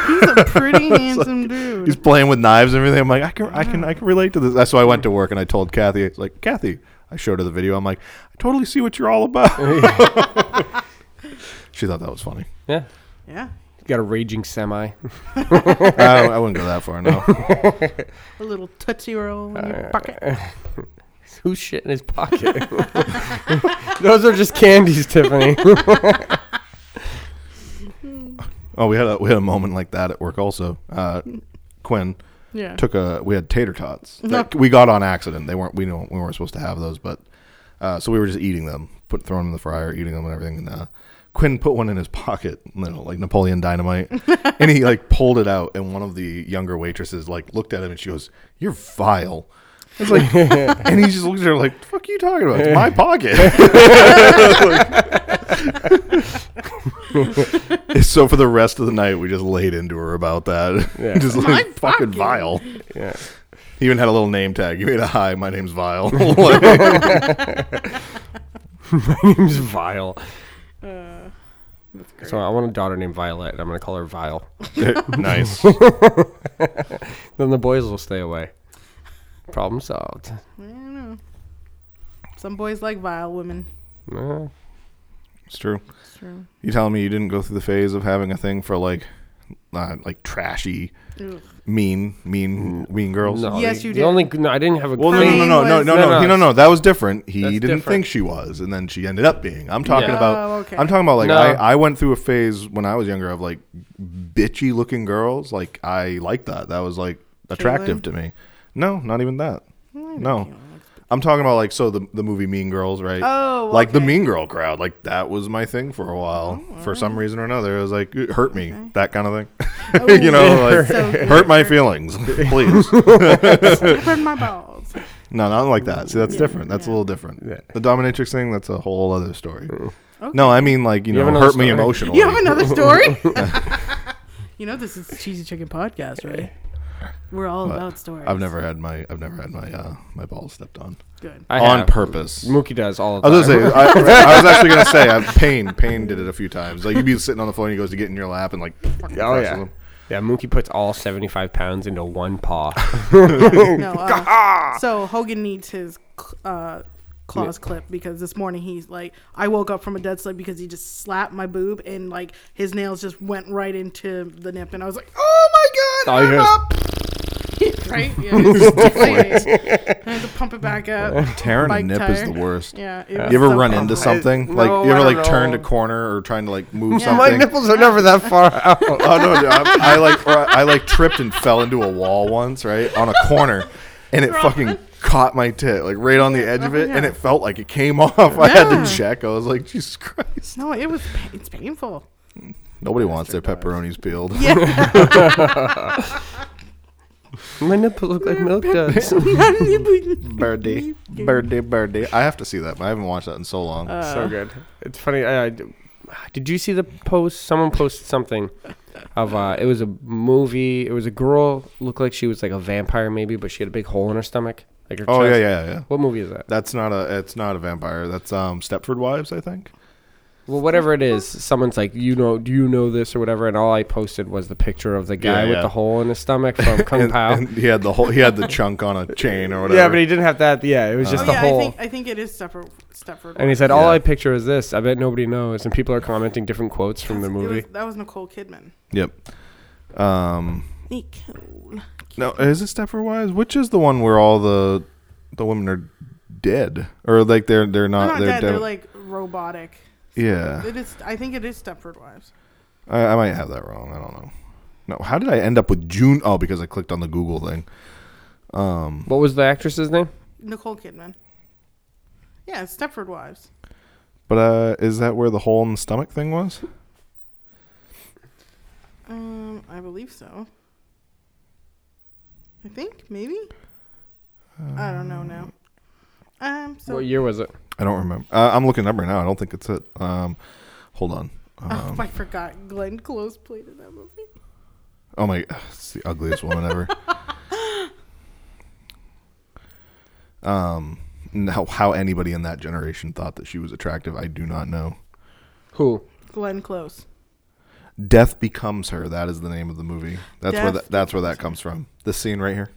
He's a pretty handsome dude. He's playing with knives and everything. I'm like, I can, I can, I can relate to this. That's why I went to work and I told Kathy, it's like, Kathy, I showed her the video. I'm like, I totally see what you're all about. she thought that was funny. Yeah. yeah. Got a raging semi. I, don't- I wouldn't go that far now. A little tootsie roll in Uh, your pocket. Who's shit in his pocket? Those are just candies, Tiffany. Oh, we had a we had a moment like that at work also. Uh, Quinn Yeah. took a we had tater tots that we got on accident. They weren't we don't we weren't supposed to have those, but uh, so we were just eating them, put throwing them in the fryer, eating them and everything. And uh, Quinn put one in his pocket, you know, like Napoleon Dynamite, and he like pulled it out. And one of the younger waitresses like looked at him and she goes, "You're vile." It's like, and he just looks at her like, "The "Fuck you talking about? It's my pocket." Like- so for the rest of the night, we just laid into her about that. Yeah. just like My fucking pocket." vile. yeah. He even had a little name tag. He made a hi. My name's Vile. My name's Vile. Uh, that's great. So I want a daughter named Violet. and I'm gonna call her Vile. nice. Then the boys will stay away. Problem solved. I don't know. Some boys like vile women. Uh, It's true. It's true. You telling me you didn't go through the phase of having a thing for like, uh, like trashy, Ugh. mean, mean, mean girls? no, Yes, the- you the did. Only no, I didn't have a. Well, no, thing. no, no, no, no, no, No, no, no. he- no, no. That was different. He That's didn't different. think she was, and then she ended up being. I'm talking Yeah. about. Oh, okay. I'm talking about like No. I, I went through a phase when I was younger of like bitchy looking girls. Like I liked that. That was like attractive Caitlyn? to me. No, not even that. No. Caitlyn looks I'm talking about like so the the movie Mean Girls, right? Oh, like the okay. Oh, Mean Girl crowd, like that was my thing for a while. for some reason or another, it was like it hurt me, that kind of thing. you know, like Oh, So hurt my feelings, please. Put my balls. No, not like that. See, that's Yeah, different. That's a yeah. little different. Yeah. The dominatrix thing, that's a whole other story. No, I mean like you, You know, have another hurt me story? emotionally. You have another story? you know this is cheesy chicken podcast, right? We're all about stories. I've never had my I've never had my uh, my balls stepped on good. I on have. purpose. Mookie does all I the was time. gonna say I, I was actually gonna say uh, Payne Payne did it a few times. Like you'd be sitting on the phone, he goes to get in your lap and like fucking Oh presses yeah. him. Yeah, Mookie puts all 75 pounds into one paw. No. uh, so Hogan needs his cl- uh, claws clipped because this morning he's like, I woke up from a dead sleep because he just slapped my boob and like his nails just went right into the nip, and I was like, Oh my All god, you I'm hear is- up. right? Yeah, it's deflated. I had to pump it back up. Tearing a Bike nip is tire. the worst. Yeah. it was You ever so run into painful. something? I- like no, you ever I like don't turned a know. corner or trying to like move Yeah. something? are never that far out. oh no, no I, I like or I, I like tripped and fell into a wall once, right on a corner, and it fucking caught my tit like right on the edge of it, and it felt like it came off. I had Yeah. to check. I was like, Jesus Christ! No, it was. pa- It's painful. Nobody wants their pepperonis peeled. Yeah. My nipples look like milk duds. Oh, Birdie, birdie, birdie. I have to see that, but I haven't watched that in so long. so good. It's funny. I, I d- did you see the post? Someone posted something of uh, it was a movie. It was a girl looked like she was like a vampire maybe, but she had a big hole in her stomach, like her. oh yeah, chest. yeah, yeah. What movie is that? That's not a. It's not a vampire. That's um Stepford Wives, I think. Well, whatever it is, someone's like, you know, do you know this or whatever? And all I posted was the picture of the guy Yeah, with yeah. the hole in his stomach from Kung And, Pao. and he had the whole. He had the chunk on a chain or whatever. Yeah, but he didn't have that. Yeah, it was just oh, the yeah, hole. I think I think it is Stepford. Stepford. and he said, "All Yeah. I picture is this. I bet nobody knows." And people are commenting different quotes from the It movie. was- that was Nicole Kidman. Yep. Um. Nicole. No, is it Stepford Wives? Which is the one where all the the women are dead, or like they're they're They're not, not they're dead. dead? They're like robotic. yeah, It is. I think it is Stepford Wives. I, I might have that wrong. I don't know. No, how did I end up with June? Oh, because I clicked on the Google thing. Um, What was the actress's name? Nicole Kidman. Yeah, it's Stepford Wives. but uh, is that where the hole in the stomach thing was? Um, I believe so. I think maybe. I don't know now. Um. So. what year was it? I don't remember. Uh, I'm looking it up right now. I don't think it's it. Um, hold on. Oh, Um, I forgot. Glenn Close played in that movie. oh my, it's the ugliest woman ever. Um, no, how anybody in that generation thought that she was attractive, I do not know. Who? Glenn Close. Death Becomes Her. That is the name of the movie. That's where Death that, that's where that comes from. This scene right here.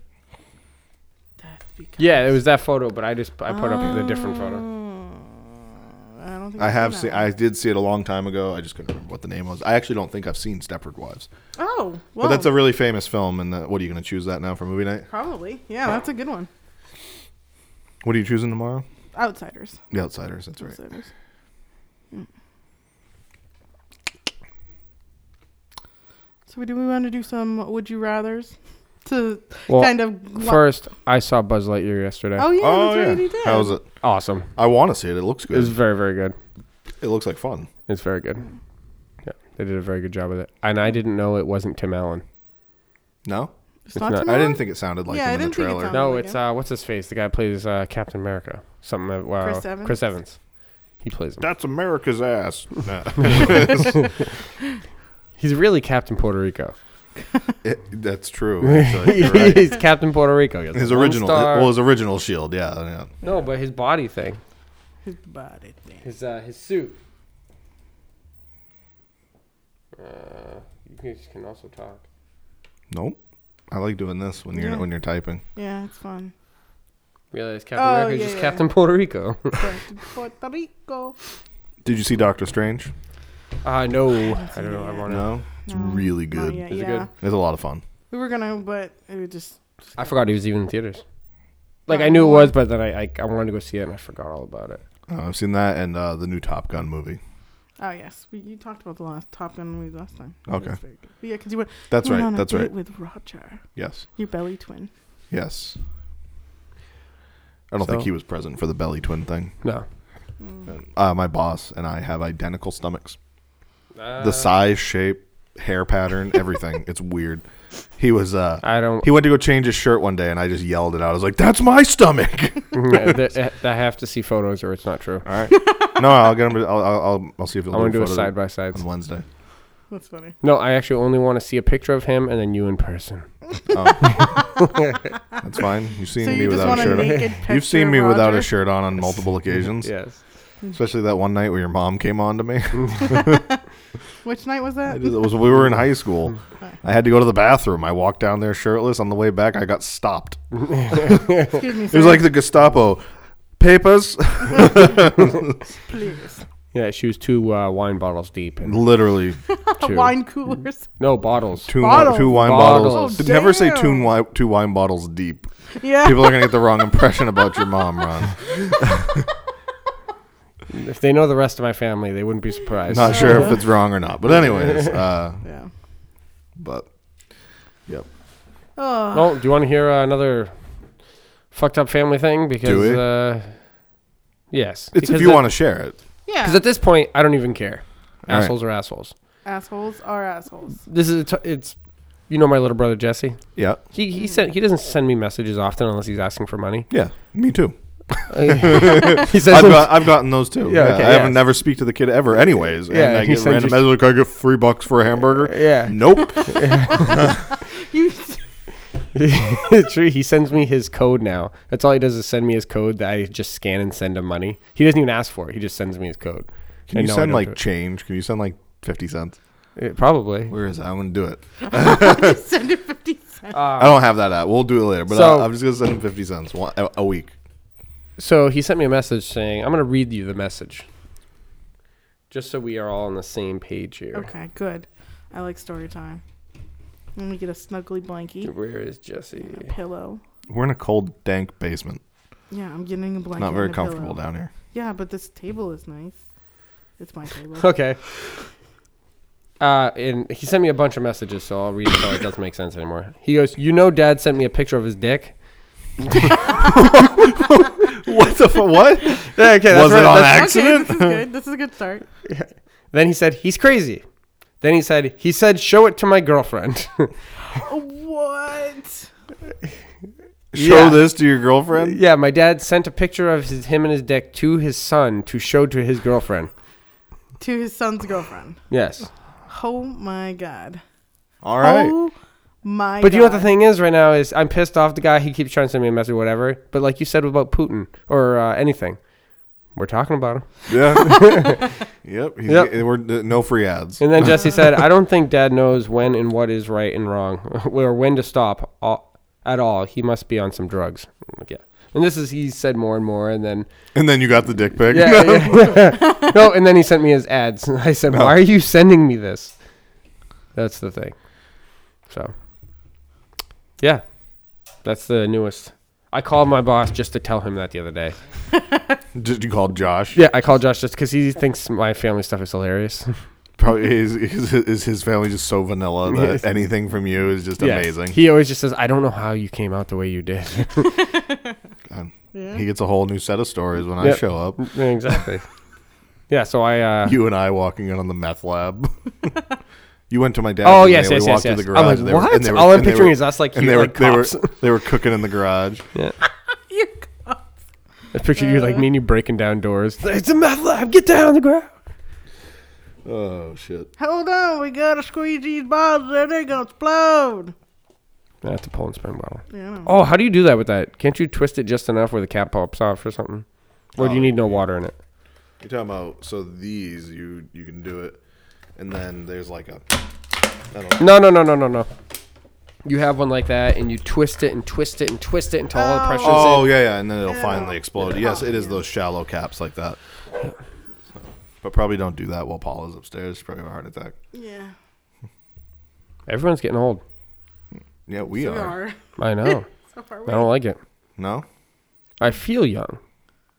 Death because. Yeah, it was that photo, but I just I put up the different Oh. photo. I don't think I I've have seen seen. that I did see it a long time ago. I just couldn't remember what the name was. I actually don't think I've seen Stepford Wives, one. Oh, well, but that's a really famous film. And uh what are you going to choose that now for movie night? probably. Yeah, that's a good one. What are you choosing tomorrow? Outsiders. The Outsiders. That's right. Outsiders. Mm. So, do we want to do some would you rather's to Well, kind of wa- First, I saw Buzz Lightyear yesterday. Oh yeah, oh that's right. yeah. You did. How was it? Awesome! I want to see it. It looks It was good. very very good. It looks like fun. It's very good. Yeah, they did a very good job with it. And I didn't know it wasn't Tim Allen. No, It's It's not not- Tim I Allen? didn't think it sounded like Yeah, I him in the didn't think it trailer. sounded- No, like it's it. uh, what's his face? The guy plays uh, Captain America. Something. That, wow. Chris Evans? Chris Evans. He plays him. That's America's ass. Nah. He's really Captain Puerto Rico. It- that's true. Actually. You're right. He's Captain Puerto Rico. He has His one original, star. well, his original shield. Yeah, yeah. no, but his body thing. His body thing. His uh, his suit. Uh, you guys can also talk. Nope. I like doing this when you're Yeah. when you're typing. Yeah, it's fun. Realize Captain Oh, America is yeah, just yeah. Captain Puerto Rico. Back to Puerto Rico. Did you see Doctor Strange? Ah, no, I seen don't know. it I yet. want to. No. It's No, really not good. yet, Is it yeah. good? It's a lot of fun. We were gonna, but it was just. I forgot he was even in theaters. Like I knew it was, but then I, I I wanted to go see it and I forgot all about it. Uh, I've seen that and uh, the new Top Gun movie. Oh yes, we, you talked about the last Top Gun movie last time. Okay. That's very good. Yeah, because you went. That's you went right. on a That's date right. With Roger, Yes. your belly twin. Yes. I don't think So- he was present for the belly twin thing. No. Uh, my boss and I have identical stomachs. Uh, the size, shape, hair pattern, everything. it's weird. He was. Uh, I don't. he went to go change his shirt one day, and I just yelled it out. I was like, "That's my stomach." Yeah, th- I have to see photos or it's not true. All right. No, I'll get him. I'll, I'll, I'll, I'll see if he'll I want to do a photo side by side. on Wednesday. That's funny. No, I actually only want to see a picture of him and then you in person. Oh. That's fine. You've seen so me you just without want a a shirt. on. naked picture You've seen of me without a Roger? shirt on on multiple occasions, Yes. especially that one night where your mom came on to me. Which night was I that? did- it was we were in high school. I had to go to the bathroom. I walked down there shirtless. On the way back, I got stopped. Excuse me. It was like the Gestapo. Papers, please. Yeah, she was two uh, wine bottles deep. And literally two. Wine coolers. No, bottles. two Bottles. two wine Bottles. bottles. Oh, Did never say two damn. wine, two wine bottles deep. Yeah. People are gonna get the wrong impression about your mom, Ron. If they know the rest of my family, they wouldn't be surprised. Not sure if it's wrong or not, but anyways, uh, yeah. but yep. Oh, Oh, do you want to hear uh, another fucked up family thing? Because we? Uh, yes, It's if Because you at- want to share it. yeah. Because at this point, I don't even care. All right. Assholes are assholes. assholes are assholes. This is a t- it's, you know, my little brother Jesse. Yeah, He he sent he doesn't send me messages often unless he's asking for money. yeah. Me too. he says I've, got, I've gotten those too. Yeah, Yeah, okay, I haven't yes. never speak to the kid ever. Anyways, Yeah, and I he get sends random you- messages like, "Can I get three bucks for a hamburger." yeah. Nope. You. It's true. He sends me his code now. That's all he does is send me his code that I just scan and send him money. He doesn't even ask for it. He just sends me his code. Can And you no, I send don't do like it. change? Can you send like fifty cents? Eh, probably? Where is it? I wouldn't do it. send it 50 cents. I don't have that app. We'll do it later. But Uh, So- I, I'm just gonna send him fifty cents one, a, a week. So he sent me a message saying, "I'm going to read you the message, just so we are all on the same page here." okay, good. I like story time. Let me get a snuggly blankie, Where is Jesse? a pillow. We're in a cold, dank basement. Yeah, I'm getting a It's blanket. not very and a pillow. comfortable down here. Yeah, but this table is nice. It's my table. Okay. Uh, and he sent me a bunch of messages, so I'll read it until it doesn't make sense anymore. He goes, "You know, Dad sent me a picture of his dick." what the fuck? What? Yeah, okay, Was it on Okay, accident? this is good. This is a good start. Then he said, "He's crazy." Then he said, "He said, show it to my girlfriend." Oh, what? Show Yeah. this to your girlfriend. yeah, my dad sent a picture of his, him and his dick to his son to show to his girlfriend. To his son's girlfriend. Yes, Oh my god. All right. Oh my but god. you know what the thing is right now is I'm pissed off the guy. He keeps trying to send me a message, whatever. But like you said about Putin or uh, anything, we're talking about him. Yeah. yep. He's, Yep. We're uh, no free ads. And then Jesse said, "I don't think Dad knows when and what is right and wrong, or when to stop all, at all. He must be on some drugs." I'm like, yeah. And this is he said more and more, and then And then you got the dick pic. yeah, yeah. no, and then he sent me his ads, and I said, Oh. "Why are you sending me this?" That's the thing. So, yeah, that's the newest. I called my boss just to tell him that the other day. Did you call Josh? Yeah, I called Josh just because he thinks my family stuff is hilarious. Probably is, is, is his family just so vanilla that Yes. anything from you is just Yeah. amazing. He, He always just says, "I don't know how you came out the way you did." Yeah. he gets a whole new set of stories when Yep. I show up. Yeah, exactly. yeah, so I. Uh, You and I walking in on the meth lab. you went to my dad. oh and yes, they yes, walked yes, to yes. The I'm like, garage and they were- what? and they were- All I'm and they picturing were- is us like, And you- they were, like they, were, cops. they were cooking in the garage. yeah. You got- I picture you like me and you breaking down doors. It's a meth lab. Get down on the ground. Oh, shit. Hold on, we gotta squeeze these bottles or they're gonna explode. That's a Poland spring bottle. Yeah, I know. Oh, how do you do that with that? Can't you twist it just enough where the cap pops off or something? Or do you Oh. need no water in it? You're talking about, so these, you you can do it. And then there's like a. I don't know. No, no, no, no, no, no. You have one like that, and you twist it and twist it and twist it until all the pressure's Oh, in. yeah, yeah. And then it'll Yeah. finally explode. Yes, it is those shallow caps like that. So, but probably don't do that while Paula's upstairs. She's probably have a heart attack. Yeah. Everyone's getting old. Yeah, we We are. are. I know. So far I away. don't like it. No? I feel young,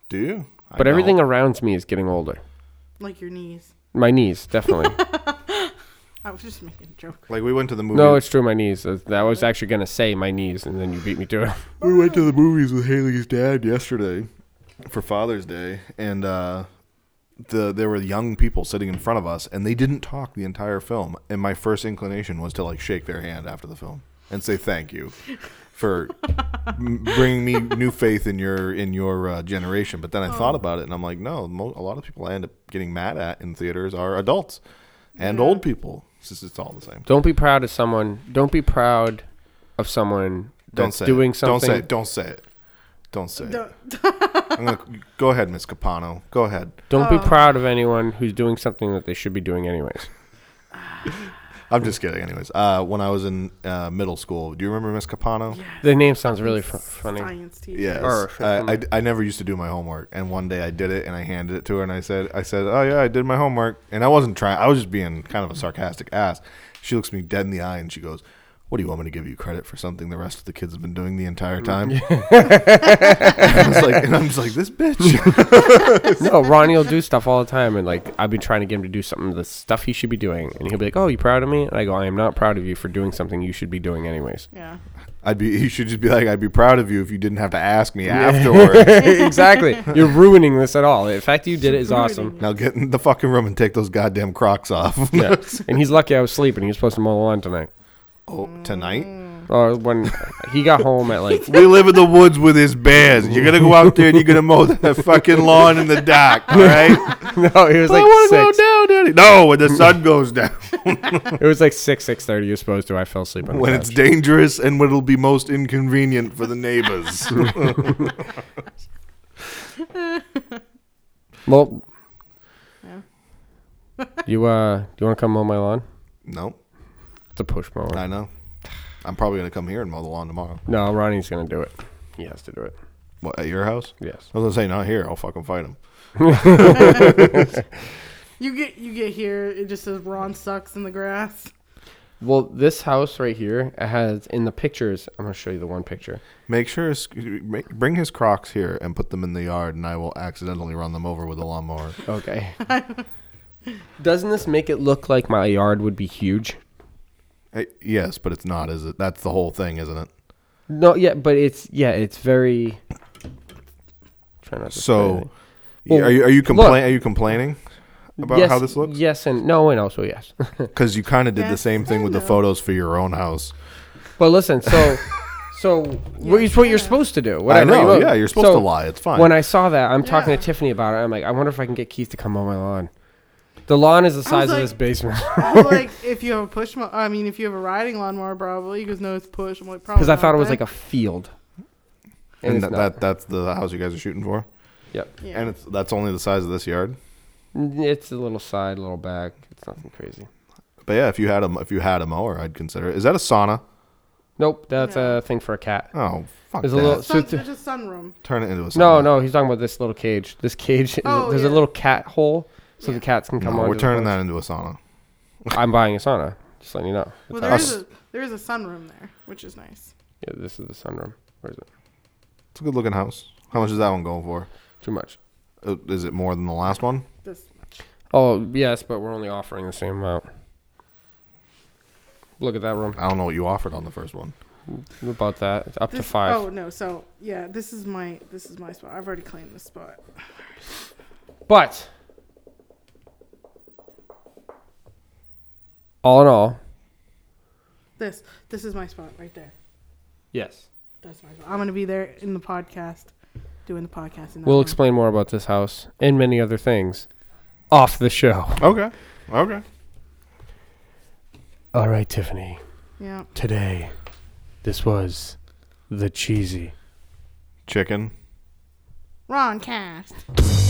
Do you? I but everything don't. around me is getting older. Like your knees. My knees, definitely. I was just making a joke. Like we went to the movie. No, it's true. My knees. Uh, I was actually gonna say my knees, and then you beat me to it. we went to the movies with Haley's dad yesterday for Father's Day, and uh, the there were young people sitting in front of us, and they didn't talk the entire film. And my first inclination was to like shake their hand after the film and say thank you for m- bringing me new faith in your in your uh, generation. But then I thought about it, and I'm like, no, mo- a lot of people I end up getting mad at in theaters are adults and old people. It's, just- it's all the same. Don't be proud of someone. Don't be proud of someone Don't that's say doing it. something. Don't say it. Don't say it. Don't say it. Don't- I'm gonna, go ahead, Miss Capano. Go ahead. Don't be proud of anyone who's doing something that they should be doing anyways. I'm just kidding. Anyways, uh, when I was in uh, middle school, do you remember Miss Capano? The name sounds really fu- funny. Science teacher. Yes. Or- I, I, I never used to do my homework, and one day I did it, and I handed it to her, and I said, I said, oh yeah, I did my homework, and I wasn't trying. I was just being kind of a sarcastic ass. She looks me dead in the eye, and she goes, "What do you want me to give you credit for something the rest of the kids have been doing the entire time?" Mm. I was like, and I'm just like, this bitch. No, Ronnie will do stuff all the time, and like I've been trying to get him to do something the stuff he should be doing, and he'll be like, "Oh, you proud of me?" And I go, "I am not proud of you for doing something you should be doing anyways." Yeah. I'd be. You should just be like, I'd be proud of you if you didn't have to ask me afterwards. exactly. You're ruining this at all. The fact that you did it is Ruining awesome. it. Now get in the fucking room and take those goddamn Crocs off. Yeah. And he's lucky I was sleeping. He was supposed to mow the lawn tonight. oh, tonight Or when he got home at like we live in the woods with his bears. You're gonna go out there and you're gonna mow that fucking lawn in the dark, all right? no, it was I like want to go six. down, Daddy. No, when the sun goes down, It was like six six thirty. You're supposed to. I fell asleep on the when it's couch. dangerous and when it'll be most inconvenient for the neighbors. Well, Yeah. you uh, do you want to come mow my lawn? no, It's a push mower. I know. I'm probably gonna come here and mow the lawn tomorrow. No, Ronnie's gonna do it. He has to do it. What at your house? Yes. I was gonna say not here. I'll fucking fight him. You get you get here. It just says Ron sucks in the grass. Well, this house right here it has in the pictures. I'm gonna show you the one picture. Make sure his, make, bring his Crocs here and put them in the yard, and I will accidentally run them over with a lawnmower. Okay. Doesn't this make it look like my yard would be huge? Uh, yes, but it's not, is it? That's the whole thing, isn't it? No, yeah, but it's yeah, it's very. Try not to. say So, y anything. Well, are you are you look. complaining? Are you complaining about Yes, how this looks? Yes and no, and also yes. Because you kind of did the Yes, same thing with the no. photos for your own house. But listen, so so what- it's what you're supposed to do. Whatever. know, you- yeah, you're supposed to lie, it's fine. When I saw that, I'm talking Yeah. to Tiffany about it. I'm like, I wonder if I can get Keith to come on my lawn. The lawn is the like- size oh, of this basement I was like, if you have a push, mo- I mean, if you have a riding lawnmower, probably. He goes, no, it's push. I'm like, probably. because I thought not, it was right? like a field. And, And it's that, not. that that's the house you guys are shooting for, Yep. Yeah. and it's that's only the size of this yard. Mm, It's a little side, a little back. It's nothing crazy. But yeah, if you had a if you had a mower, I'd consider it. Is that a sauna? Nope, that's No. a thing for a cat. Oh fuck There's that! a little- Sun, so there's a sunroom. Turn it into a sauna. No, no, he's talking about this little cage. This cage, is Oh, there's yeah. a little cat hole so Yeah. the cats can come No, on. we're turning that into a sauna. I'm buying a sauna. Just letting you know. Well, It's there ours. is a there is a sunroom there, which is nice. yeah, this is the sunroom. Where is it? It's a good looking house. How much is that one going for? Too much. Uh, Is it more than the last one? This much. Oh yes, but we're only offering the same amount. Look at that room. I don't know what you offered on the first one. About that, it's up to This, five. Oh no, so yeah, this is my this is my spot. I've already claimed this spot. But all in all, This this is my spot right there. yes, That's my spot. I'm gonna be there in the podcast, doing the podcast. In that we'll room. explain more about this house and many other things off the show. Okay. Okay. All right, Tiffany. Yeah. Today, this was the cheesy. Chicken. Ron cast.